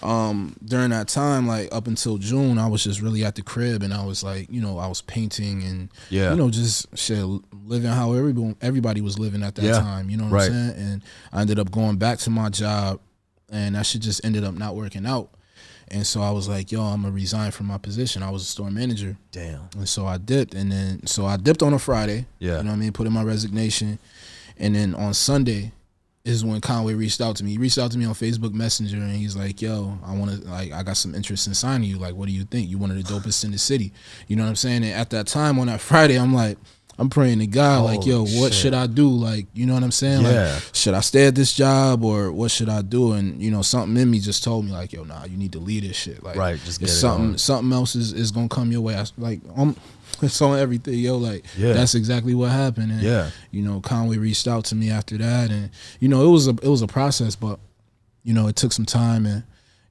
Speaker 4: um, during that time, like up until June, I was just really at the crib, and I was like, you know, I was painting and
Speaker 3: Yeah.
Speaker 4: you know, just shit living how everyone everybody was living at that
Speaker 3: Yeah.
Speaker 4: time. You know what I'm
Speaker 3: Right.
Speaker 4: saying? And I ended up going back to my job, and that shit just ended up not working out. And so I was like, yo, I'm gonna resign from my position. I was a store manager.
Speaker 3: damn
Speaker 4: And so I dipped, and then so I dipped on a Friday.
Speaker 3: Yeah.
Speaker 4: you know what I mean. Put in my resignation, and then on Sunday is when Conway reached out to me. He reached out to me on Facebook Messenger, and he's like, "Yo, I want to like I got some interest in signing you. Like, what do you think? You one of the dopest in the city. You know what I'm saying?" And at that time on that Friday, I'm like. I'm praying to God, like, yo,
Speaker 3: Holy
Speaker 4: what
Speaker 3: shit.
Speaker 4: should I do? Like, you know what I'm saying?
Speaker 3: Yeah.
Speaker 4: Like, should I stay at this job or what should I do? And you know, something in me just told me, like, yo, nah, you need to leave this shit. Like,
Speaker 3: Right, just
Speaker 4: it's
Speaker 3: get it
Speaker 4: something,
Speaker 3: on.
Speaker 4: something else is, is gonna come your way. I, s- like, I'm, it's on everything, yo. Like,
Speaker 3: Yeah.
Speaker 4: that's exactly what happened. And,
Speaker 3: Yeah.
Speaker 4: you know, Conway reached out to me after that, and you know, it was a it was a process, but you know, it took some time, and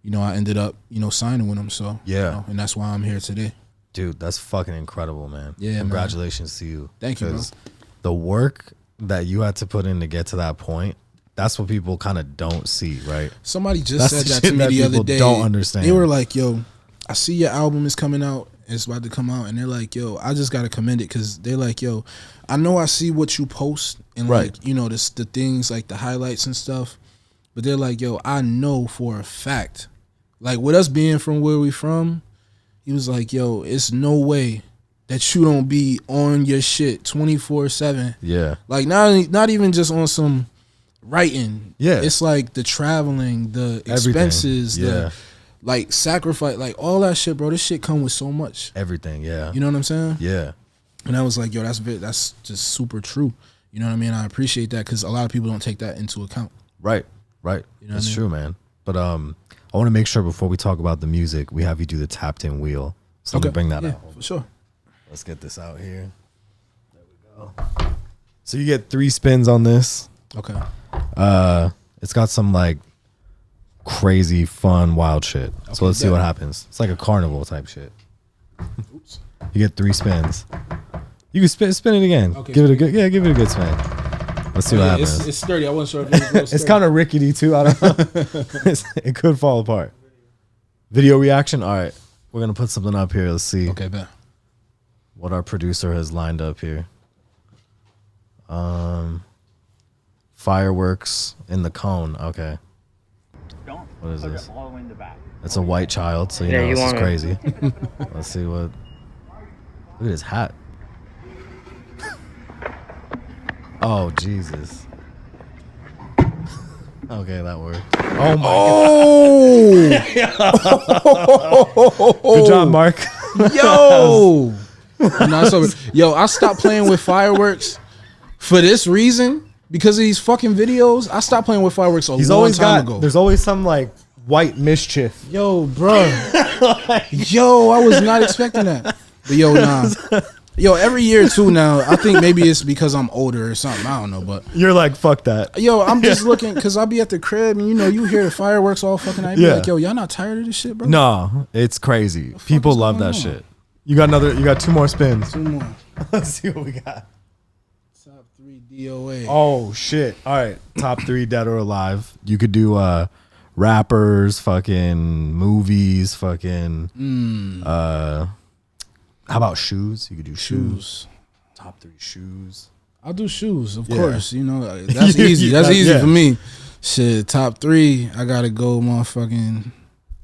Speaker 4: you know, I ended up you know signing with him. So you
Speaker 3: Yeah.
Speaker 4: know, and that's why I'm here today.
Speaker 3: Dude, that's fucking incredible, man.
Speaker 4: Yeah, man.
Speaker 3: Congratulations to you.
Speaker 4: Thank you, bro.
Speaker 3: 'Cause The work that you had to put in to get to that point, that's what people kind of don't see, right?
Speaker 4: Somebody just
Speaker 3: That's
Speaker 4: said
Speaker 3: the
Speaker 4: that
Speaker 3: shit
Speaker 4: to me
Speaker 3: that
Speaker 4: the
Speaker 3: people
Speaker 4: other day.
Speaker 3: don't understand.
Speaker 4: They were like, "Yo, I see your album is coming out. It's about to come out." And they're like, "Yo, I just gotta commend it because they're like, yo, I know I see what you post and
Speaker 3: Right.
Speaker 4: like you know this the things like the highlights and stuff, but they're like, yo, I know for a fact, like with us being from where we from, he was like, yo, it's no way." That you don't be on your shit twenty four seven,
Speaker 3: Yeah.
Speaker 4: like not not even just on some writing.
Speaker 3: Yeah.
Speaker 4: it's like the traveling, the expenses,
Speaker 3: Yeah.
Speaker 4: the like sacrifice, like all that shit, bro. This shit come with so much.
Speaker 3: Everything. Yeah.
Speaker 4: You know what I'm saying?
Speaker 3: yeah.
Speaker 4: And I was like, yo, that's ve- that's just super true. You know what I mean? I appreciate that because a lot of people don't take that into account.
Speaker 3: Right. Right.
Speaker 4: know what
Speaker 3: that's
Speaker 4: I mean?
Speaker 3: true, man. But um, I want to make sure before we talk about the music, we have you do the tapped in wheel. So let me bring that
Speaker 4: yeah,
Speaker 3: out.
Speaker 4: for sure.
Speaker 3: Let's get this out here. There we go. So you get three spins on this.
Speaker 4: Okay,
Speaker 3: It's got some like crazy, fun, wild shit. so let's see what happens. It's like a carnival type shit. You get three spins. You can spin, spin it again.
Speaker 4: Okay,
Speaker 3: give it a
Speaker 4: spin
Speaker 3: good, yeah, give it a good spin. Let's see what happens. It's,
Speaker 4: sturdy. I wasn't sure. if it was
Speaker 3: kind of rickety too. I don't know. It's- it could fall apart. Video reaction. All right, we're gonna put something up here. Let's see
Speaker 4: okay, bet.
Speaker 3: what our producer has lined up here. Um, fireworks in the cone. Okay,
Speaker 5: Don't
Speaker 3: What is
Speaker 5: put
Speaker 3: this?
Speaker 5: it all in the back.
Speaker 3: it's a white child, so you
Speaker 6: Yeah,
Speaker 3: know
Speaker 6: you
Speaker 3: this is
Speaker 6: wanna-
Speaker 3: crazy. Let's see what. Look at his hat. Oh Jesus. Okay, that worked. Oh my god. Oh! Good job, Mark.
Speaker 4: Yo, Nah, it's over. yo, I stopped playing with fireworks for this reason because of these fucking videos. I stopped playing with fireworks a
Speaker 3: He's
Speaker 4: long
Speaker 3: always
Speaker 4: time
Speaker 3: got.
Speaker 4: ago.
Speaker 3: There's always some like white mischief.
Speaker 4: Yo, bro. yo, I was not expecting that. But yo, nah. Yo, every year too now. I think maybe it's because I'm older or something. I don't know, but
Speaker 3: You're like, fuck that.
Speaker 4: yo, I'm just looking because I'll be at the crib and you know you hear the fireworks all fucking. night.
Speaker 3: Yeah.
Speaker 4: Be like, yo, y'all not tired of this shit, bro?
Speaker 3: No, it's crazy. People
Speaker 4: is
Speaker 3: love that
Speaker 4: going on?
Speaker 3: shit. You got another. You got two more spins.
Speaker 4: Two more.
Speaker 3: Let's see what we got.
Speaker 4: Top three DOA.
Speaker 3: Oh shit! All right, top three dead or alive. You could do uh rappers, fucking movies, fucking. Uh, how about shoes? You could do shoes.
Speaker 4: shoes.
Speaker 3: Top three shoes.
Speaker 4: I'll do shoes, of
Speaker 3: Yeah.
Speaker 4: course. You know uh, that's
Speaker 3: You-
Speaker 4: easy.
Speaker 3: you-
Speaker 4: That's
Speaker 3: that-
Speaker 4: easy
Speaker 3: yeah.
Speaker 4: for me. Shit, top three. I gotta go, motherfucking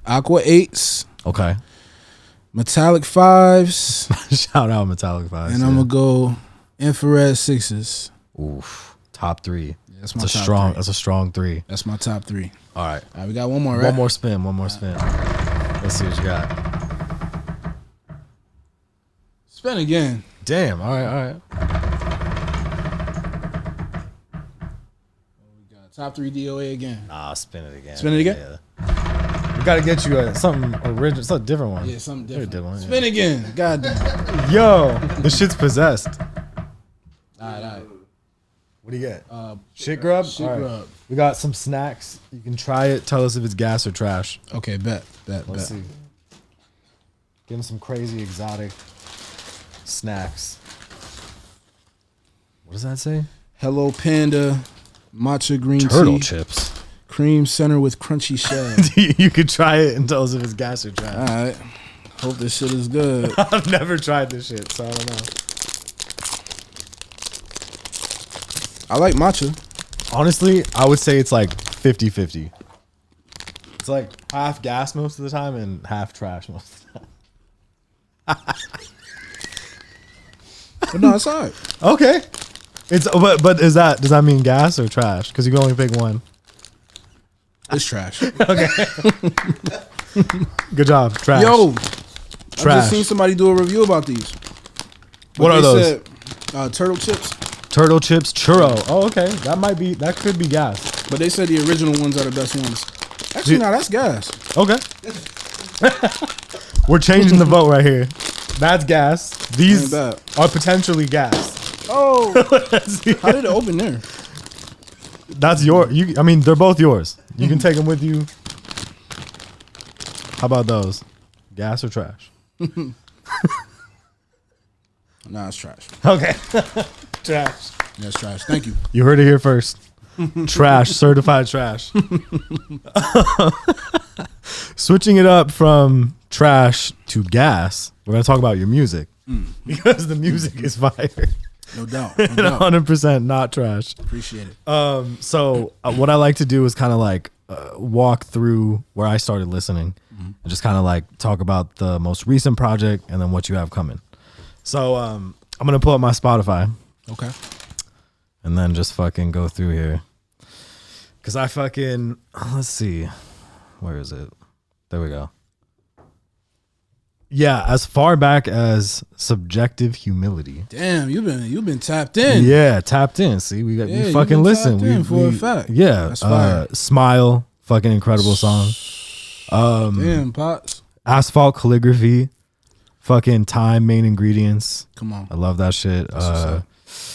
Speaker 4: Aqua Eights,
Speaker 3: Okay.
Speaker 4: Metallic Fives,
Speaker 3: Shout out Metallic Five.
Speaker 4: and I'm gonna go Infrared Sixes.
Speaker 3: Oof. Top three.
Speaker 4: That's my
Speaker 3: That's a
Speaker 4: top
Speaker 3: strong.
Speaker 4: Three.
Speaker 3: That's a strong three.
Speaker 4: That's my top three.
Speaker 3: All right.
Speaker 4: All right, we got one more. Right?
Speaker 3: One more spin. One more spin. Let's see what you got.
Speaker 4: Spin again.
Speaker 3: Damn. All right. All right.
Speaker 4: Top three DOA again.
Speaker 3: Nah, Ah, spin it again.
Speaker 4: Spin it again?
Speaker 3: Yeah. We gotta get you a, something original, something different one.
Speaker 4: Yeah, something
Speaker 3: Very
Speaker 4: different.
Speaker 3: different, yeah.
Speaker 4: Spin again. God damn.
Speaker 3: Yo, the shit's possessed.
Speaker 4: all right, all right.
Speaker 3: What do you get?
Speaker 4: Uh,
Speaker 3: shit grub.
Speaker 4: shit
Speaker 3: All right.
Speaker 4: grub.
Speaker 3: We got some snacks. You can try it. Tell us if it's gas or trash.
Speaker 4: Okay, bet, bet,
Speaker 3: Let's
Speaker 4: bet.
Speaker 3: see. Give him some crazy exotic snacks. What does that say?
Speaker 4: Hello Panda, matcha green
Speaker 3: Turtle
Speaker 4: tea,
Speaker 3: chips.
Speaker 4: cream center with crunchy shell.
Speaker 3: you could try it and tell us if it's gas or trash.
Speaker 4: all right. Hope this shit is good.
Speaker 3: I've never tried this shit, so I don't know.
Speaker 4: I like matcha.
Speaker 3: Honestly, I would say it's like 50 50. It's like half gas most of the time and half trash most of the time.
Speaker 4: But no, it's all right.
Speaker 3: Okay. It's but but is that does that mean gas or trash? Because you can only pick one.
Speaker 4: It's trash.
Speaker 3: Good job, trash.
Speaker 4: Yo, I
Speaker 3: Trash.
Speaker 4: just seen somebody do a review about these. But
Speaker 3: what
Speaker 4: they
Speaker 3: are those?
Speaker 4: said uh, turtle chips,
Speaker 3: Turtle chips, churro. Oh, okay. That might be. That could be gas.
Speaker 4: but they said the original ones are the best ones. Actually,
Speaker 3: Dude.
Speaker 4: no, that's gas.
Speaker 3: Okay. We're changing the vote right here. That's gas. These
Speaker 4: Ain't
Speaker 3: are potentially gas.
Speaker 4: Oh,
Speaker 3: Let's see.
Speaker 4: how did it open there?
Speaker 3: That's your. You. I mean, they're both yours. You can take them with you. How about those? Gas or trash?
Speaker 4: Nah, it's trash.
Speaker 3: Okay.
Speaker 4: Trash. That's trash. Thank you.
Speaker 3: You heard it here first. trash, certified trash. Switching it up from trash to gas, we're going to talk about your music because the music is fire.
Speaker 4: No doubt. No doubt.
Speaker 3: 100% not trash.
Speaker 4: Appreciate it.
Speaker 3: Uh, So, uh, what I like to do is kind of like uh, walk through where I started listening and just kind of like talk about the most recent project and then what you have coming. So, um, I'm going to pull up my Spotify
Speaker 4: okay.
Speaker 3: and then just fucking go through here. Cause I fucking uh, let's see, where is it? There we go. Yeah, as far back as subjective humility.
Speaker 4: Damn, you've been you've been tapped in.
Speaker 3: Yeah, tapped in. See, we got
Speaker 4: Yeah,
Speaker 3: we
Speaker 4: you
Speaker 3: fucking
Speaker 4: been
Speaker 3: listen.
Speaker 4: tapped
Speaker 3: We,
Speaker 4: in for a
Speaker 3: we-
Speaker 4: fact.
Speaker 3: Yeah,
Speaker 4: That's
Speaker 3: uh,
Speaker 4: fire.
Speaker 3: smile, fucking incredible song.
Speaker 4: Damn, pots.
Speaker 3: Asphalt calligraphy, fucking time main ingredients.
Speaker 4: Come on,
Speaker 3: I love that shit. Uh,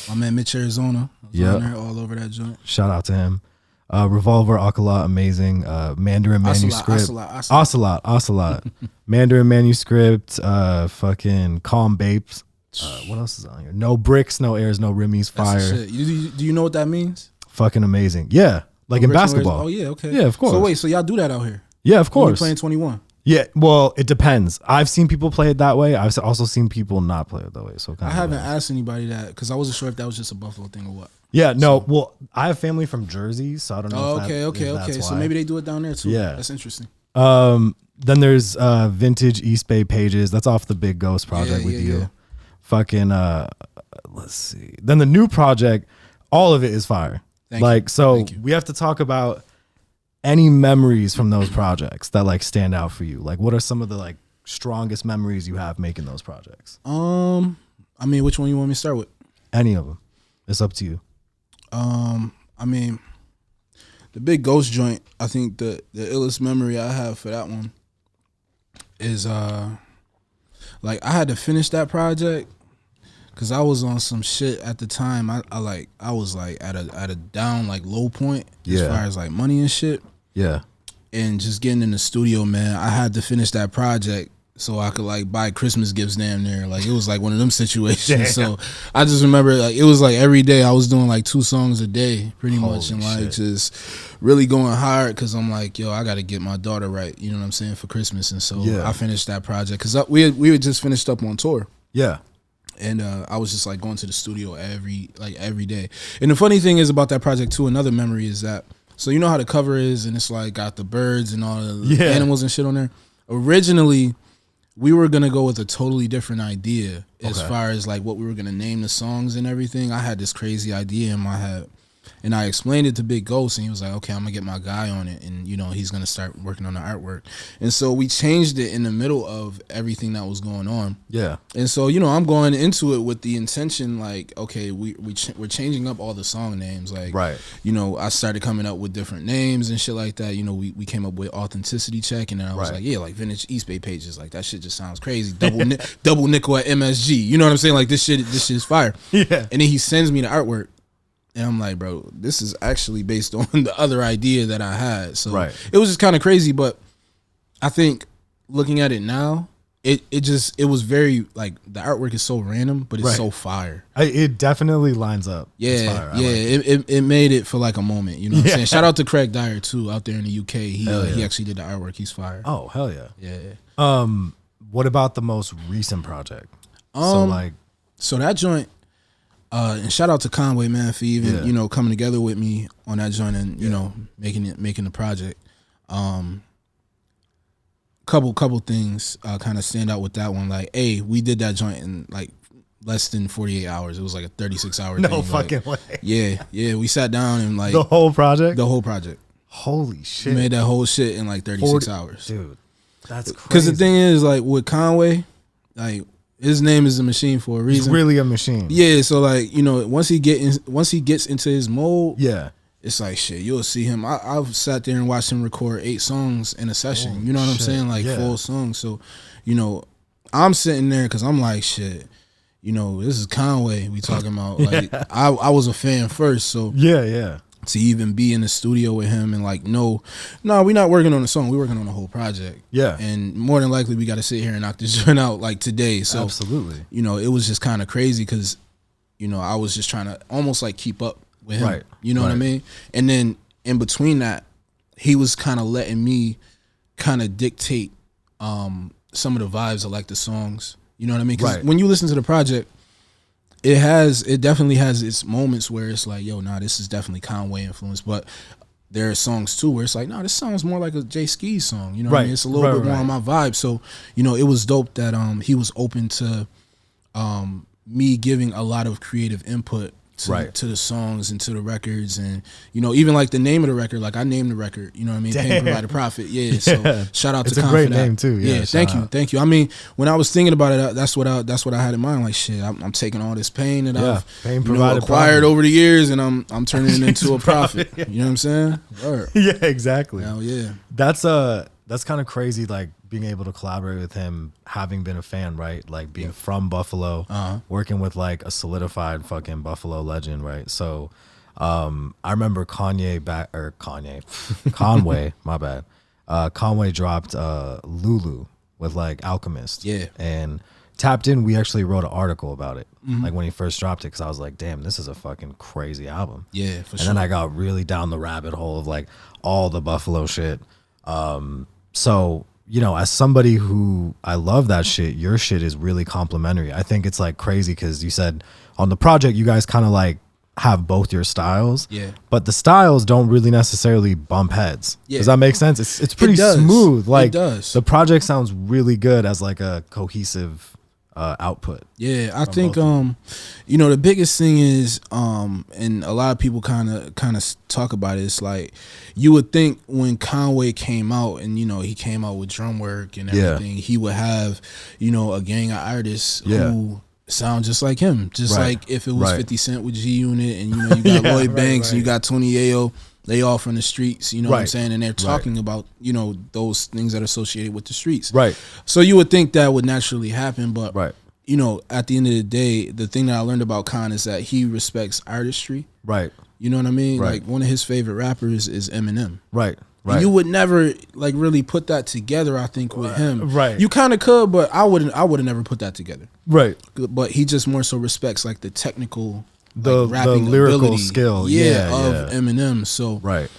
Speaker 4: my man Mitch Arizona. I was
Speaker 3: Yeah.
Speaker 4: on there all over that joint.
Speaker 3: Shout out to him. Uh, Revolver, Akala, amazing. Uh, Mandarin
Speaker 4: Ocelot,
Speaker 3: manuscript.
Speaker 4: Ocelot, Ocelot.
Speaker 3: Ocelot, Ocelot. Mandarin manuscript. Uh, fucking Calm Babes. Uh, what else is on here? No bricks, no airs, no rimmies,
Speaker 4: That's the
Speaker 3: fire.
Speaker 4: shit. You- do, you, do you know what that means?
Speaker 3: Fucking amazing. Yeah, like
Speaker 4: Original
Speaker 3: in
Speaker 4: Arizona-
Speaker 3: basketball.
Speaker 4: Oh yeah, okay.
Speaker 3: Yeah, of course.
Speaker 4: So wait, so y'all do that out here?
Speaker 3: Yeah, of
Speaker 4: When you
Speaker 3: course.
Speaker 4: playing twenty one.
Speaker 3: yeah, well, it depends. I've seen people play it that way. I've s- also seen people not play it that way. So
Speaker 4: I
Speaker 3: kind of
Speaker 4: haven't asked anybody that because I wasn't sure if that was just a Buffalo thing or what.
Speaker 3: Yeah, no. Well, I have family from Jersey, so I don't know.
Speaker 4: Oh,
Speaker 3: if that-
Speaker 4: okay,
Speaker 3: if
Speaker 4: okay,
Speaker 3: that's
Speaker 4: okay. So
Speaker 3: why.
Speaker 4: maybe they do it down there too.
Speaker 3: Yeah.
Speaker 4: that's interesting.
Speaker 3: Um, then there's uh vintage East Bay pages. That's off the Big Ghost project
Speaker 4: Yeah,
Speaker 3: with
Speaker 4: yeah,
Speaker 3: you.
Speaker 4: yeah.
Speaker 3: Fucking uh, let's see. Then the new project, all of it is fire.
Speaker 4: Thank you.
Speaker 3: like so,
Speaker 4: Thank you.
Speaker 3: we have to talk about any memories from those projects that like stand out for you. Like, what are some of the like strongest memories you have making those projects?
Speaker 4: Um, I mean, which one you want me to start with?
Speaker 3: Any of them? It's up to you.
Speaker 4: Um, I mean, the big ghost joint. I think the the illest memory I have for that one is uh, like I had to finish that project because I was on some shit at the time. I, I like I was like at a at a down like low point as
Speaker 3: Yeah.
Speaker 4: far as like money and shit,
Speaker 3: Yeah.
Speaker 4: and just getting in the studio, man. I had to finish that project. So I could like buy Christmas gifts damn near like it was like one of them situations. So I just remember like it was like every day I was doing like two songs a day pretty much and like
Speaker 3: shit.
Speaker 4: just really going hard because I'm like yo I got to get my daughter right you know what I'm saying for Christmas and so
Speaker 3: Yeah.
Speaker 4: I finished that project because we had, we had just finished up on tour
Speaker 3: Yeah.
Speaker 4: and uh, I was just like going to the studio every like every day. And the funny thing is about that project too. Another memory is that so you know how the cover is, and it's like got the birds and all the
Speaker 3: Yeah.
Speaker 4: animals and shit on there. Originally, we were gonna go with a totally different idea as far as like what we were gonna name the songs and everything. I had this crazy idea in my head. And I explained it to Big Ghost, and he was like, "Okay, I'm gonna get my guy on it, and you know he's gonna start working on the artwork." And so we changed it in the middle of everything that was going on.
Speaker 3: Yeah.
Speaker 4: And so, you know, I'm going into it with the intention, like, okay, we we ch- we're changing up all the song names, like,
Speaker 3: Right.
Speaker 4: You know, I started coming up with different names and shit like that. You know, we, we came up with authenticity check, and then I was
Speaker 3: Right.
Speaker 4: like, yeah, like vintage East Bay pages, like that shit just sounds crazy. Double ni- double nickel at MSG, you know what I'm saying? Like this shit, this shit is fire.
Speaker 3: Yeah.
Speaker 4: And then he sends me the artwork, and I'm like, bro, this is actually based on the other idea that I had. So
Speaker 3: Right.
Speaker 4: it was just kind of crazy, but I think looking at it now, it, it just it was very like the artwork is so random, but it's
Speaker 3: Right.
Speaker 4: so fire.
Speaker 3: I, it definitely lines up. It's
Speaker 4: Yeah,
Speaker 3: fire. I
Speaker 4: yeah.
Speaker 3: like it.
Speaker 4: it, it, it made it for like a moment. You know what
Speaker 3: Yeah.
Speaker 4: I'm saying? Shout out to Craig Dyer too, out there in the UK. He uh,
Speaker 3: yeah.
Speaker 4: he actually did the artwork. He's fire.
Speaker 3: Oh hell yeah.
Speaker 4: Yeah.
Speaker 3: Um, what about the most recent project? so
Speaker 4: Um,
Speaker 3: like,
Speaker 4: So that joint, uh, and shout out to Conway man for even
Speaker 3: Yeah.
Speaker 4: you know coming together with me on that joint and you know making it making the project. Um, couple couple things uh, kind of stand out with that one. Like, a we did that joint in like less than forty eight hours. It was like a thirty six hour.
Speaker 3: no
Speaker 4: thing. like-
Speaker 3: fucking way.
Speaker 4: yeah, yeah. We sat down and like
Speaker 3: The
Speaker 4: the,
Speaker 3: whole project.
Speaker 4: whole project
Speaker 3: Holy shit,
Speaker 4: We made that whole shit in like thirty six
Speaker 3: 40
Speaker 4: hours.
Speaker 3: dude. That's crazy.
Speaker 4: Because the thing is, like with Conway, like His name is the machine for a
Speaker 3: He's
Speaker 4: reason.
Speaker 3: really a machine.
Speaker 4: yeah, so like you know, once he get in, once he gets into his mold,
Speaker 3: Yeah.
Speaker 4: it's like shit. You'll see him. I, I've sat there and watched him record eight songs in a session. you know what I'm
Speaker 3: Oh, shit,
Speaker 4: saying? Like
Speaker 3: yeah.
Speaker 4: full songs. So, you know, I'm sitting there because I'm like, shit. You know, this is Conway we talking about. Like, I I was a fan first, so
Speaker 3: Yeah. Yeah.
Speaker 4: to even be in the studio with him and like, no, no, we're not working on a song. We're working on a whole project.
Speaker 3: Yeah.
Speaker 4: and more than likely we got to sit here and knock this joint out like today. So
Speaker 3: Absolutely.
Speaker 4: you know, it was just kind of crazy because, you know, I was just trying to almost like keep up with him.
Speaker 3: Right,
Speaker 4: You know what I
Speaker 3: right.
Speaker 4: mean? And then in between that, he was kind of letting me kind of dictate um, some of the vibes of like the songs. You know what I mean? 'Cause
Speaker 3: Right.
Speaker 4: when you listen to the project, it has it definitely has its moments where it's like, yo, nah, this is definitely Conway influence, but. There are songs too where it's like, no, this sounds more like a Jay Ski song. You know, what I
Speaker 3: Right,
Speaker 4: mean? it's a little
Speaker 3: right,
Speaker 4: bit more
Speaker 3: right.
Speaker 4: on my vibe. So, you know, it was dope that um he was open to me giving a lot of creative input to,
Speaker 3: Right.
Speaker 4: to the songs and to the records and you know even like the name of the record like I named the record you know what I mean Pain Provide a Profit yeah, so shout out
Speaker 3: It's
Speaker 4: to
Speaker 3: a
Speaker 4: Con
Speaker 3: great
Speaker 4: for that.
Speaker 3: name, too. Yeah,
Speaker 4: yeah thank
Speaker 3: shout
Speaker 4: you
Speaker 3: out.
Speaker 4: thank you I mean when I was thinking about it I- that's what I that's what I had in mind like shit I'm, I'm taking all this pain that
Speaker 3: Yeah,
Speaker 4: I've
Speaker 3: Pain
Speaker 4: you know,
Speaker 3: Provide a
Speaker 4: acquired
Speaker 3: Profit.
Speaker 4: over the years and I'm I'm turning it into a profit you know what I'm saying Word.
Speaker 3: Yeah. Exactly.
Speaker 4: hell yeah
Speaker 3: That's uh that's kind of crazy. Like being able to collaborate with him, having been a fan, right? Like being from Buffalo, working with like a solidified fucking Buffalo legend, right? So, um, I remember Kanye back or Kanye, Conway, my bad. Uh, Conway dropped uh Lulu with like Alchemist,
Speaker 4: Yeah.
Speaker 3: and tapped in. We actually wrote an article about it, like when he first dropped it, because I was like, damn, this is a fucking crazy album,
Speaker 4: yeah for
Speaker 3: and
Speaker 4: sure
Speaker 3: then I got really down the rabbit hole of like all the Buffalo shit. Um, so you know, as somebody who I love that shit, your shit is really complimentary. I think it's like crazy because you said on the project you guys kind of like have both your styles,
Speaker 4: Yeah.
Speaker 3: But the styles don't really necessarily bump heads.
Speaker 4: Yeah.
Speaker 3: Does that make sense? It's it's pretty
Speaker 4: does.
Speaker 3: smooth.
Speaker 4: It
Speaker 3: Like
Speaker 4: does.
Speaker 3: the project sounds really good as like a cohesive uh, output.
Speaker 4: Yeah, I think um, you know, the biggest thing is um, and a lot of people kind of kind of talk about it. It's like you would think when Conway came out, and you know, he came out with drum work and
Speaker 3: Yeah.
Speaker 4: everything, he would have you know a gang of artists
Speaker 3: Yeah.
Speaker 4: who sound just like him, just
Speaker 3: Right.
Speaker 4: like if it was
Speaker 3: Right.
Speaker 4: Fifty Cent with G Unit, and you know, you got
Speaker 3: Yeah,
Speaker 4: Lloyd
Speaker 3: right,
Speaker 4: Banks and you
Speaker 3: right.
Speaker 4: got Tony Ayo. They all from the streets, you know what I'm
Speaker 3: Right.
Speaker 4: saying, and they're talking about you know those things that are associated with the streets,
Speaker 3: Right.
Speaker 4: So you would think that would naturally happen, but
Speaker 3: Right.
Speaker 4: you know, at the end of the day, the thing that I learned about Khan is that he respects artistry.
Speaker 3: Right.
Speaker 4: You know what I mean?
Speaker 3: Right.
Speaker 4: Like one of his favorite rappers is Eminem.
Speaker 3: Right.
Speaker 4: And
Speaker 3: Right.
Speaker 4: You would never like really put that together. I think with him,
Speaker 3: Right.
Speaker 4: You kind of could, but I wouldn't. I would have never put that together.
Speaker 3: right.
Speaker 4: But he just more so respects like the technical,
Speaker 3: The-
Speaker 4: like, rapping
Speaker 3: the lyrical
Speaker 4: ability,
Speaker 3: skill.
Speaker 4: yeah,
Speaker 3: Yeah,
Speaker 4: of
Speaker 3: yeah.
Speaker 4: Eminem. So
Speaker 3: Right.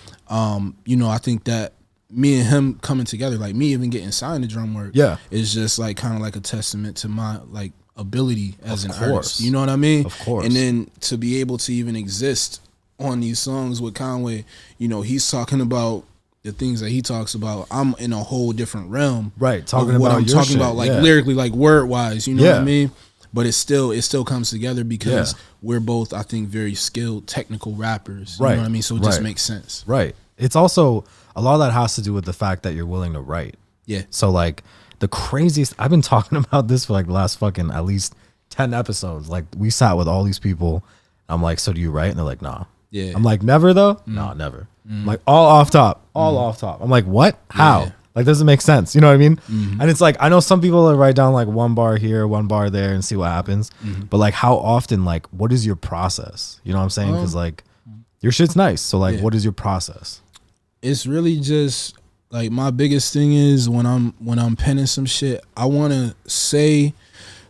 Speaker 4: you know, I think that me and him coming together, like me even getting signed to drum work,
Speaker 3: Yeah.
Speaker 4: is just like kind of like a testament to my like ability as
Speaker 3: Of
Speaker 4: an
Speaker 3: course.
Speaker 4: artist. You know what I mean?
Speaker 3: Of course.
Speaker 4: And then to be able to even exist on these songs with Conway, you know, he's talking about the things that he talks about. I'm in a whole different realm,
Speaker 3: Right,
Speaker 4: of
Speaker 3: talking
Speaker 4: what
Speaker 3: about
Speaker 4: I'm
Speaker 3: your
Speaker 4: talking
Speaker 3: shit,
Speaker 4: about, like
Speaker 3: yeah.
Speaker 4: lyrically, like word wise. You know what
Speaker 3: Yeah.
Speaker 4: I mean? But it still it still comes together because
Speaker 3: Yeah.
Speaker 4: we're both, I think, very skilled technical rappers. You
Speaker 3: Right,
Speaker 4: know what I mean? So it just
Speaker 3: right.
Speaker 4: makes sense.
Speaker 3: Right. It's also a lot of that has to do with the fact that you're willing to write.
Speaker 4: Yeah.
Speaker 3: So like the craziest I've been talking about this for like the last fucking at least 10 episodes. Like we sat with all these people. I'm like, so do you write? And they're like, nah.
Speaker 4: Yeah.
Speaker 3: I'm like, never though? Nah, never. I'm like, all off top. All off top. I'm like, what? How? Like doesn't make sense. You know what I mean? And it's like I know some people that write down like one bar here, one bar there and see what happens. But like how often, like, what is your process? You know what I'm saying? Because like your shit's nice. So like what is your process?
Speaker 4: it's really just like my biggest thing is when I'm when I'm penning some shit, I want to say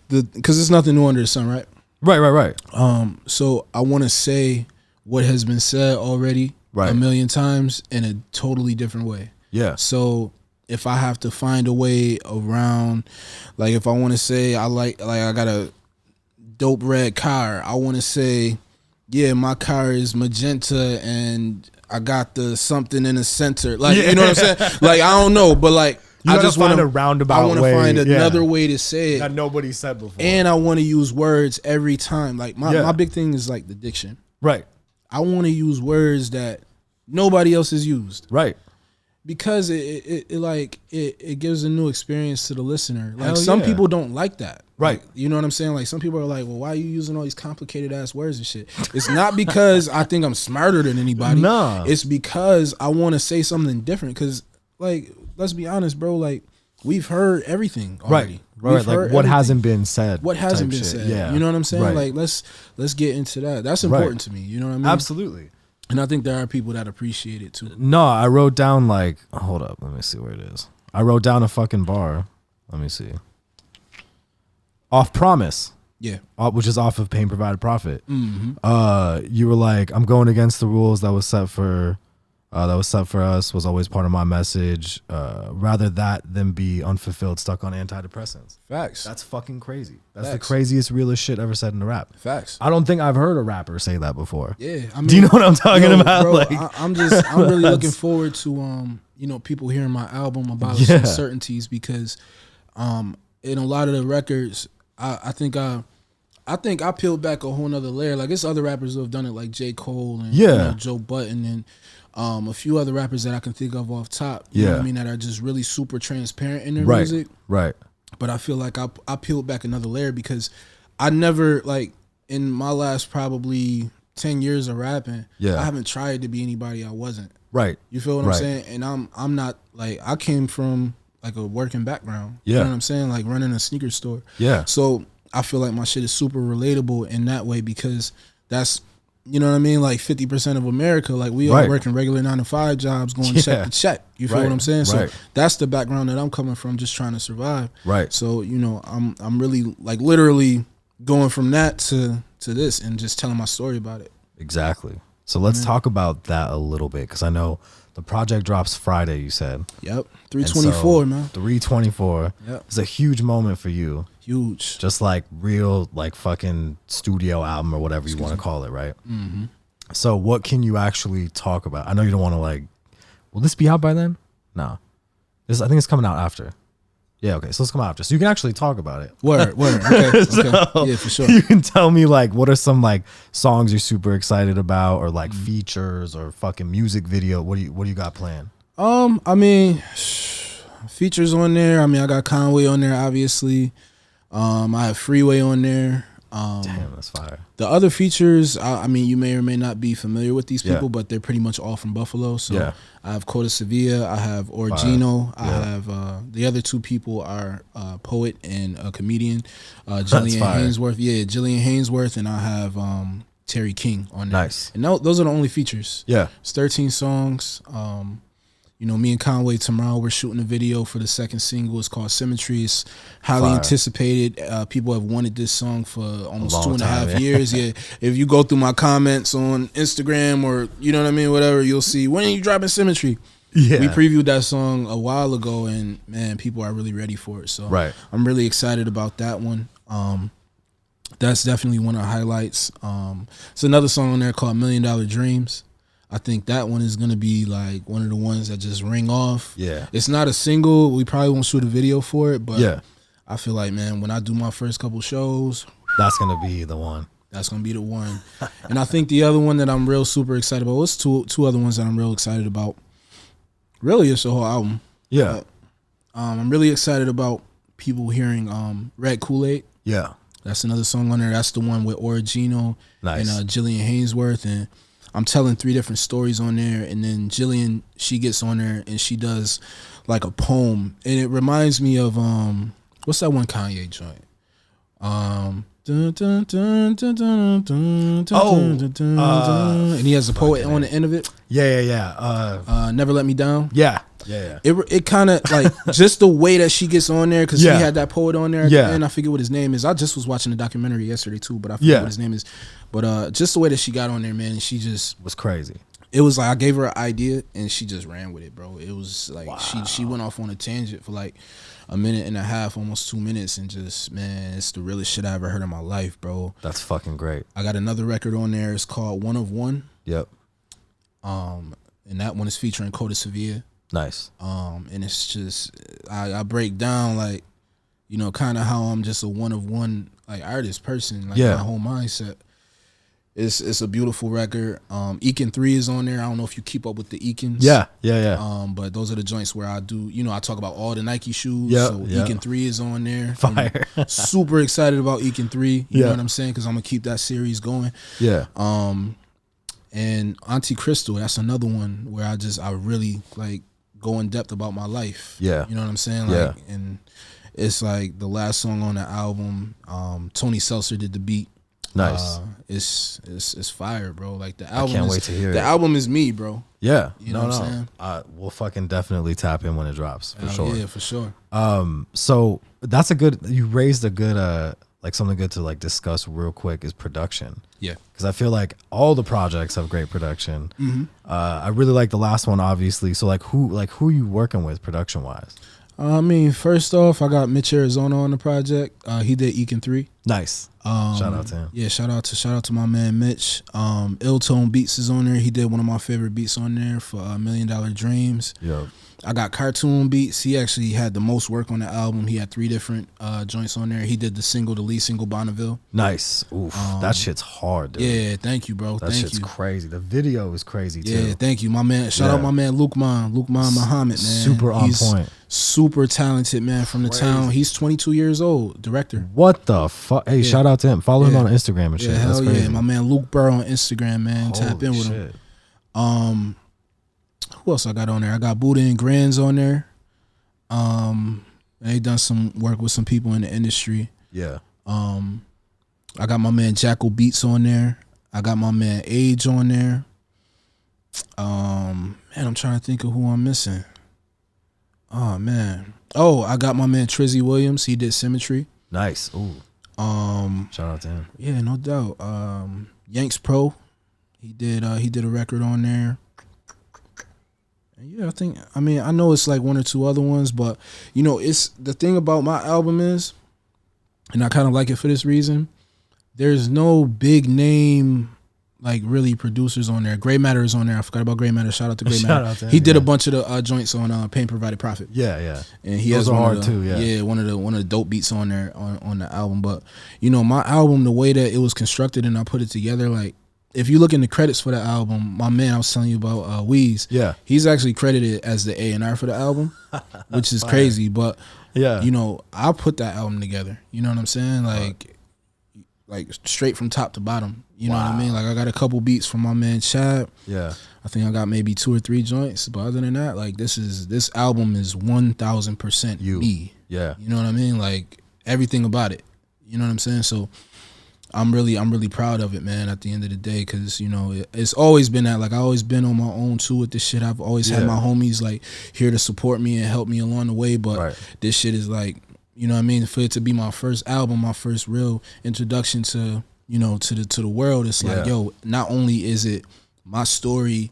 Speaker 4: the because it's nothing new under the sun, right? Um,
Speaker 3: Right, right, right.
Speaker 4: So I want to say what has been said already
Speaker 3: Right.
Speaker 4: a million times in a totally different way.
Speaker 3: Yeah.
Speaker 4: So if I have to find a way around, like if I want to say I like like I got a dope red car, I want to say, yeah, my car is magenta and I got the something in the center. Like you know what I'm saying? Like I don't know, but like
Speaker 3: You
Speaker 4: I
Speaker 3: gotta
Speaker 4: just
Speaker 3: find
Speaker 4: want to
Speaker 3: a roundabout
Speaker 4: I want to
Speaker 3: way,
Speaker 4: find
Speaker 3: yeah.
Speaker 4: another way to say it,
Speaker 3: nobody said before.
Speaker 4: and I want to use words every time. Like my
Speaker 3: Yeah.
Speaker 4: my big thing is like the diction.
Speaker 3: right,
Speaker 4: I want to use words that nobody else has used
Speaker 3: right,
Speaker 4: because it, it, it, it like it, it gives a new experience to the listener. Like
Speaker 3: Hell
Speaker 4: some
Speaker 3: yeah.
Speaker 4: people don't like that.
Speaker 3: Right.
Speaker 4: Like, you know what I'm saying? Like some people are like, well, why are you using all these complicated ass words and shit? It's not because I think I'm smarter than anybody.
Speaker 3: Nah.
Speaker 4: It's because I want to say something different. Cause like, let's be honest, bro. Like we've heard everything
Speaker 3: Right.
Speaker 4: already.
Speaker 3: Right.
Speaker 4: We've
Speaker 3: Like what
Speaker 4: heard everything.
Speaker 3: hasn't been said.
Speaker 4: what hasn't
Speaker 3: type
Speaker 4: been
Speaker 3: shit.
Speaker 4: said.
Speaker 3: Yeah.
Speaker 4: You know what I'm saying?
Speaker 3: Right.
Speaker 4: Like let's let's get into that. That's important to me. You know what I mean?
Speaker 3: absolutely.
Speaker 4: And I think there are people that appreciate it too.
Speaker 3: No, I wrote down like hold up, let me see where it is. I wrote down a fucking bar. Let me see. Off promise.
Speaker 4: Yeah.
Speaker 3: uh, which is off of pain provided profit.
Speaker 4: Mm-hmm.
Speaker 3: Uh, you were like, I'm going against the rules that was set for, uh, that was set for us was always part of my message. Uh, rather that than be unfulfilled, stuck on antidepressants.
Speaker 4: Facts.
Speaker 3: That's fucking crazy. That's the
Speaker 4: Facts.
Speaker 3: craziest, realest shit ever said in a rap.
Speaker 4: Facts.
Speaker 3: I don't think I've heard a rapper say that before.
Speaker 4: yeah. I mean,
Speaker 3: Do you know what I'm talking
Speaker 4: yo,
Speaker 3: about?
Speaker 4: Bro,
Speaker 3: like,
Speaker 4: I, I'm just I'm really looking forward to um you know people hearing my album about
Speaker 3: Yeah.
Speaker 4: uncertainties because um in a lot of the records I I think I. I think I peeled back a whole nother layer. Like it's other rappers who have done it, like J. Cole and you
Speaker 3: Yeah.
Speaker 4: know, Joe Button and um, a few other rappers that I can think of off top. You know what
Speaker 3: Yeah.
Speaker 4: I mean, that are just really super transparent in their
Speaker 3: right,
Speaker 4: music.
Speaker 3: right,
Speaker 4: but I feel like I I peeled back another layer because I never like in my last probably ten years of rapping,
Speaker 3: Yeah.
Speaker 4: I haven't tried to be anybody I wasn't.
Speaker 3: right.
Speaker 4: You feel what
Speaker 3: Right.
Speaker 4: I'm saying? And I'm I'm not like I came from like a working background.
Speaker 3: Yeah.
Speaker 4: You know what I'm saying? Like running a sneaker store.
Speaker 3: Yeah.
Speaker 4: So I feel like my shit is super relatable in that way because that's you know what I mean? Like fifty percent of America, like we
Speaker 3: Right.
Speaker 4: are working regular nine to five jobs going
Speaker 3: Yeah.
Speaker 4: check to check. You feel
Speaker 3: Right.
Speaker 4: what I'm saying?
Speaker 3: Right.
Speaker 4: So that's the background that I'm coming from, just trying to survive.
Speaker 3: Right.
Speaker 4: So, you know, I'm I'm really like literally going from that to to this and just telling my story about it.
Speaker 3: Exactly. So let's talk about that a little bit because I know the project drops Friday. You said.
Speaker 4: Yep. Three twenty four, man.
Speaker 3: 324.
Speaker 4: Yep.
Speaker 3: It's a huge moment for you.
Speaker 4: Huge.
Speaker 3: Just like real, like fucking studio album or whatever you want to call it, right? Mm-hmm. So, what can you actually talk about? I know you don't want to like. Will this be out by then? No. This I think it's coming out after. Yeah. Okay. So it's coming out after. So you can actually talk about it.
Speaker 4: Word, word. Okay, okay. Yeah, for sure.
Speaker 3: You can tell me like what are some like songs you're super excited about or like features or fucking music video. What do you What do you got planned?
Speaker 4: Um, I mean, features on there. I mean, I got Conway on there, obviously. Um, I have Freeway on there. Um,
Speaker 3: Damn, that's fire.
Speaker 4: the other features, I, I mean, you may or may not be familiar with these
Speaker 3: Yeah.
Speaker 4: people, but they're pretty much all from Buffalo. So
Speaker 3: Yeah.
Speaker 4: I have Coda Sevilla, I have Orgino, I have uh, the other two people are uh, poet and a comedian, uh, Jillian
Speaker 3: fire.
Speaker 4: Hainsworth. Yeah, Jillian Hainsworth, and I have um, Terry King on there.
Speaker 3: Nice.
Speaker 4: And tho- those are the only features.
Speaker 3: Yeah.
Speaker 4: It's 13 songs. Um, you know, me and Conway tomorrow we're shooting a video for the second single. It's called Symmetry. It's highly
Speaker 3: Fire.
Speaker 4: anticipated. Uh, people have wanted this song for almost
Speaker 3: long
Speaker 4: two and a half
Speaker 3: time, yeah.
Speaker 4: years. Yeah, if you go through my comments on Instagram or you know what I mean, whatever, you'll see when are you dropping Symmetry.
Speaker 3: Yeah.
Speaker 4: We previewed that song a while ago, and man, people are really ready for it. So
Speaker 3: Right.
Speaker 4: I'm really excited about that one. Um, that's definitely one of the highlights. Um, it's another song on there called Million Dollar Dreams. I think that one is gonna be like one of the ones that just ring off.
Speaker 3: Yeah.
Speaker 4: it's not a single. We probably won't shoot a video for it, but
Speaker 3: Yeah.
Speaker 4: I feel like man, when I do my first couple shows,
Speaker 3: That's gonna be the one.
Speaker 4: that's gonna be the one. and I think the other one that I'm real super excited about. What's two two other ones that I'm real excited about? Really, it's the whole album.
Speaker 3: Yeah.
Speaker 4: Um, I'm really excited about people hearing um, Red Kool Aid.
Speaker 3: yeah.
Speaker 4: That's another song on there. That's the one with Origino
Speaker 3: Nice.
Speaker 4: and uh, Jillian Hainsworth. And I'm telling three different stories on there. And then Jillian, she gets on there and she does like a poem. And it reminds me of um, what's that one Kanye joint? Um, dun, dun, dun, dun, dun, dun, dun,
Speaker 3: Oh, uh,
Speaker 4: dun, dun, dun, dun. and he has a poet on the end of it.
Speaker 3: Yeah, yeah, yeah. Uh,
Speaker 4: Uh, Never let me down.
Speaker 3: yeah, yeah,
Speaker 4: It, it kind of like just the way that she gets on there because
Speaker 3: Yeah.
Speaker 4: he had that poet on there.
Speaker 3: Yeah.
Speaker 4: Yeah, and I forget what his name is. I just was watching a documentary yesterday too, but I forget
Speaker 3: Yeah.
Speaker 4: what his name is. But uh, just the way that she got on there, man, and she just
Speaker 3: was crazy.
Speaker 4: it was like I gave her an idea and she just ran with it, bro. It was like she she went off on a tangent for like a minute and a half, almost two minutes, and just man, it's the realest shit I ever heard in my life, bro.
Speaker 3: That's fucking great.
Speaker 4: I got another record on there. It's called One of One,
Speaker 3: Yep.
Speaker 4: and that one is featuring Coda Sevilla.
Speaker 3: Nice.
Speaker 4: um, and it's just I, I break down like you know kind of how I'm just a one of one like artist person like
Speaker 3: Yeah.
Speaker 4: my whole mindset It's it's a beautiful record. Um, Eakin Three is on there. I don't know if you keep up with the Eakins.
Speaker 3: Yeah, yeah, yeah.
Speaker 4: Um, but those are the joints where I do, you know, I talk about all the Nike shoes.
Speaker 3: Yep,
Speaker 4: so
Speaker 3: yep.
Speaker 4: Eakin Three is on there.
Speaker 3: Fire.
Speaker 4: I'm super excited about Eakin Three. You
Speaker 3: Yeah.
Speaker 4: know what I'm saying? Because I'm gonna keep that series going.
Speaker 3: yeah.
Speaker 4: uh, And Auntie Crystal, that's another one where I just I really like go in depth about my life.
Speaker 3: Yeah.
Speaker 4: you know what I'm saying? Like, and it's like the last song on the album. Um, Tony Seltzer did the beat.
Speaker 3: nice.
Speaker 4: Uh, it's it's it's fire, bro. Like the album.
Speaker 3: can't
Speaker 4: is-
Speaker 3: wait to hear
Speaker 4: The
Speaker 3: it.
Speaker 4: album is me, bro.
Speaker 3: yeah.
Speaker 4: you
Speaker 3: no,
Speaker 4: know what
Speaker 3: no.
Speaker 4: I'm saying?
Speaker 3: Uh, we'll fucking definitely tap in when it drops for
Speaker 4: Uh,
Speaker 3: sure.
Speaker 4: Yeah, for sure.
Speaker 3: So that's a good. You raised a good. Uh, like something good to like discuss real quick is production.
Speaker 4: Yeah.
Speaker 3: because I feel like all the projects have great production.
Speaker 4: Mm-hmm.
Speaker 3: Uh, I really like the last one, obviously. So like who like who you working with production wise?
Speaker 4: Uh, I mean, first off, I got Mitch Arizona on the project. Uh, he did Eakin Three.
Speaker 3: Nice. Shout out to him.
Speaker 4: Yeah, shout out to shout out to my man Mitch. Um, Ill Tone Beats is on there. He did one of my favorite beats on there for uh, Million Dollar Dreams.
Speaker 3: Yo,
Speaker 4: I got Cartoon Beats. He actually had the most work on the album. He had three different uh, joints on there. He did the single, the lead single, Bonneville.
Speaker 3: nice. Oof, that shit's hard, dude.
Speaker 4: Um, Yeah, thank you, bro.
Speaker 3: that
Speaker 4: thank
Speaker 3: shit's
Speaker 4: you.
Speaker 3: crazy. The video is crazy too.
Speaker 4: Yeah, thank you, my man. Shout out
Speaker 3: Yeah.
Speaker 4: my man Luke Mon, Luke Mon Muhammad, man.
Speaker 3: super on point.
Speaker 4: Super talented man from the town. He's 22 years old, director.
Speaker 3: What the fuck? Hey, shout out to him. Follow him
Speaker 4: Yeah.
Speaker 3: on Instagram and Mm, shit.
Speaker 4: Yeah,
Speaker 3: That's
Speaker 4: hell
Speaker 3: crazy.
Speaker 4: yeah, my man Luke Burr on Instagram, man. Tap
Speaker 3: Holy
Speaker 4: in with him. Um,
Speaker 3: shit.
Speaker 4: Who else I got on there? I got Buddha and Grands on there. Um, they done some work with some people in the industry.
Speaker 3: Yeah.
Speaker 4: I got my man Jackal Beats on there. I got my man Age on there. Um, man, I'm trying to think of who I'm missing. Oh man. Oh, I got my man Trizzy Williams. He did Symmetry.
Speaker 3: Nice. Ooh.
Speaker 4: Um,
Speaker 3: Shout out to him.
Speaker 4: yeah, no doubt. Um, Yanks Pro. He did. Uh, he did a record on there. And yeah, I think. I mean, I know it's like one or two other ones, but you know, it's the thing about my album is, and I kind of like it for this reason. There's no big name, like really producers on there. Gray Matter is on there. I forgot about Gray Matter. Shout out to Gray
Speaker 3: Shout
Speaker 4: Matter.
Speaker 3: out to him,
Speaker 4: he did a
Speaker 3: yeah.
Speaker 4: bunch of the uh, joints on uh, Pain Provided Profit
Speaker 3: Yeah, yeah.
Speaker 4: and he
Speaker 3: Those
Speaker 4: has
Speaker 3: are
Speaker 4: one
Speaker 3: hard
Speaker 4: of the,
Speaker 3: too, yeah.
Speaker 4: one of the one of the dope beats on there on, on the album. But you know, my album, the way that it was constructed and I put it together, like if you look in the credits for the album, my man I was telling you about uh Weeze,
Speaker 3: Yeah.
Speaker 4: he's actually credited as the A and R for the album, which is crazy. But
Speaker 3: Yeah.
Speaker 4: you know, I put that album together. You know what I'm saying? Like, like straight from top to bottom. You know what I mean? Like I got a couple beats from my man Chad.
Speaker 3: yeah.
Speaker 4: I think I got maybe two or three joints, but other than that, like this is this album is one thousand percent
Speaker 3: You.
Speaker 4: me.
Speaker 3: Yeah.
Speaker 4: You know what I mean? Like everything about it. You know what I'm saying? So I'm really I'm really proud of it, man. At the end of the day, because you know it, it's always been that. Like I always been on my own too with this shit. I've always had
Speaker 3: Yeah.
Speaker 4: my homies like here to support me and help me along the way. But
Speaker 3: Right.
Speaker 4: this shit is like you know what I mean. For it to be my first album, my first real introduction to you know to the to the world, it's like
Speaker 3: Yeah.
Speaker 4: yo. Not only is it my story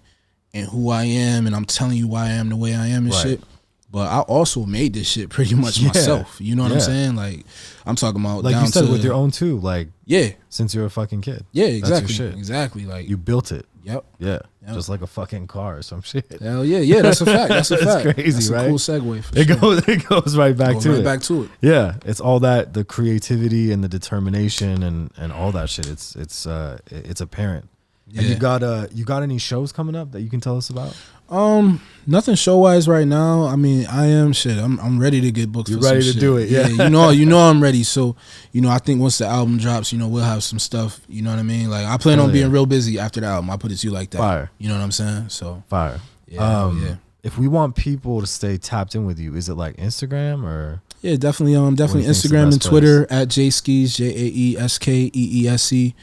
Speaker 4: and who I am, and I'm telling you why I am the way I am and
Speaker 3: Right.
Speaker 4: shit. But I also made this shit pretty much
Speaker 3: Yeah.
Speaker 4: myself. You know what I'm
Speaker 3: Yeah.
Speaker 4: saying? Like I'm talking about
Speaker 3: Like
Speaker 4: down
Speaker 3: you said
Speaker 4: to,
Speaker 3: with your own too, like
Speaker 4: yeah.
Speaker 3: since you're a fucking kid.
Speaker 4: Yeah, exactly.
Speaker 3: That's your shit.
Speaker 4: Exactly. Like,
Speaker 3: You built it.
Speaker 4: yep.
Speaker 3: Yeah. Just like a fucking car or some shit.
Speaker 4: Hell yeah, yeah. That's a fact. That's a
Speaker 3: That's
Speaker 4: fact.
Speaker 3: crazy,
Speaker 4: that's a
Speaker 3: right?
Speaker 4: Cool segue. For
Speaker 3: It
Speaker 4: sure.
Speaker 3: goes it goes right back
Speaker 4: Go
Speaker 3: to
Speaker 4: right
Speaker 3: it.
Speaker 4: back to it.
Speaker 3: Yeah, it's all that the creativity and the determination and and all that shit. It's it's uh it- it's apparent. And you
Speaker 4: Yeah.
Speaker 3: got uh you got any shows coming up that you can tell us about?
Speaker 4: Um, nothing show wise right now. I mean, I am shit. I'm I'm ready to get booked.
Speaker 3: You're
Speaker 4: for some
Speaker 3: ready to
Speaker 4: shit.
Speaker 3: do it, yeah.
Speaker 4: you know, you know, I'm ready. So, you know, I think once the album drops, you know, we'll have some stuff. You know what I mean? Like, I plan
Speaker 3: Hell
Speaker 4: on
Speaker 3: yeah.
Speaker 4: being real busy after the album. I put it to you like that.
Speaker 3: Fire.
Speaker 4: You know what I'm saying? So,
Speaker 3: Fire.
Speaker 4: yeah, hell
Speaker 3: um
Speaker 4: yeah.
Speaker 3: if we want people to stay tapped in with you, is it like Instagram or
Speaker 4: Yeah, definitely. Um, definitely
Speaker 3: think's the
Speaker 4: Instagram and
Speaker 3: best
Speaker 4: Twitter at JSkees, J A E S K E E S E.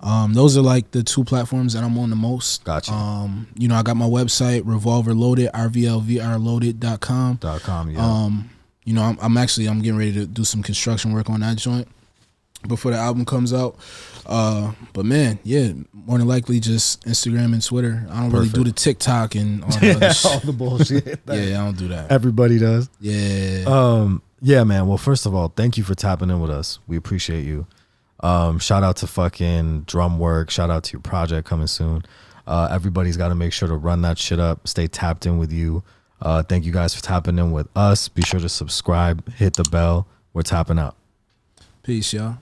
Speaker 4: Um, those are like the two platforms that I'm on the most.
Speaker 3: Gotcha.
Speaker 4: Um, you know, I got my website, Revolver Loaded, RVLVRLoaded.com.
Speaker 3: dot com? Yeah.
Speaker 4: Um, you know, I'm, I'm actually I'm getting ready to do some construction work on that joint before the album comes out. Uh, but man, yeah, more than likely just Instagram and Twitter. I don't really do the TikTok and all that other
Speaker 3: all
Speaker 4: shit.
Speaker 3: the bullshit. Uh, that
Speaker 4: Yeah, I don't do that.
Speaker 3: Everybody does.
Speaker 4: Yeah.
Speaker 3: Um, yeah, man. Well, first of all, thank you for tapping in with us. We appreciate you. Um, shout out to fucking drum work. Shout out to your project coming soon. Uh, everybody's got to make sure to run that shit up. Stay tapped in with you. Uh, thank you guys for tapping in with us. Be sure to subscribe, hit the bell. We're tapping out.
Speaker 4: Peace, y'all.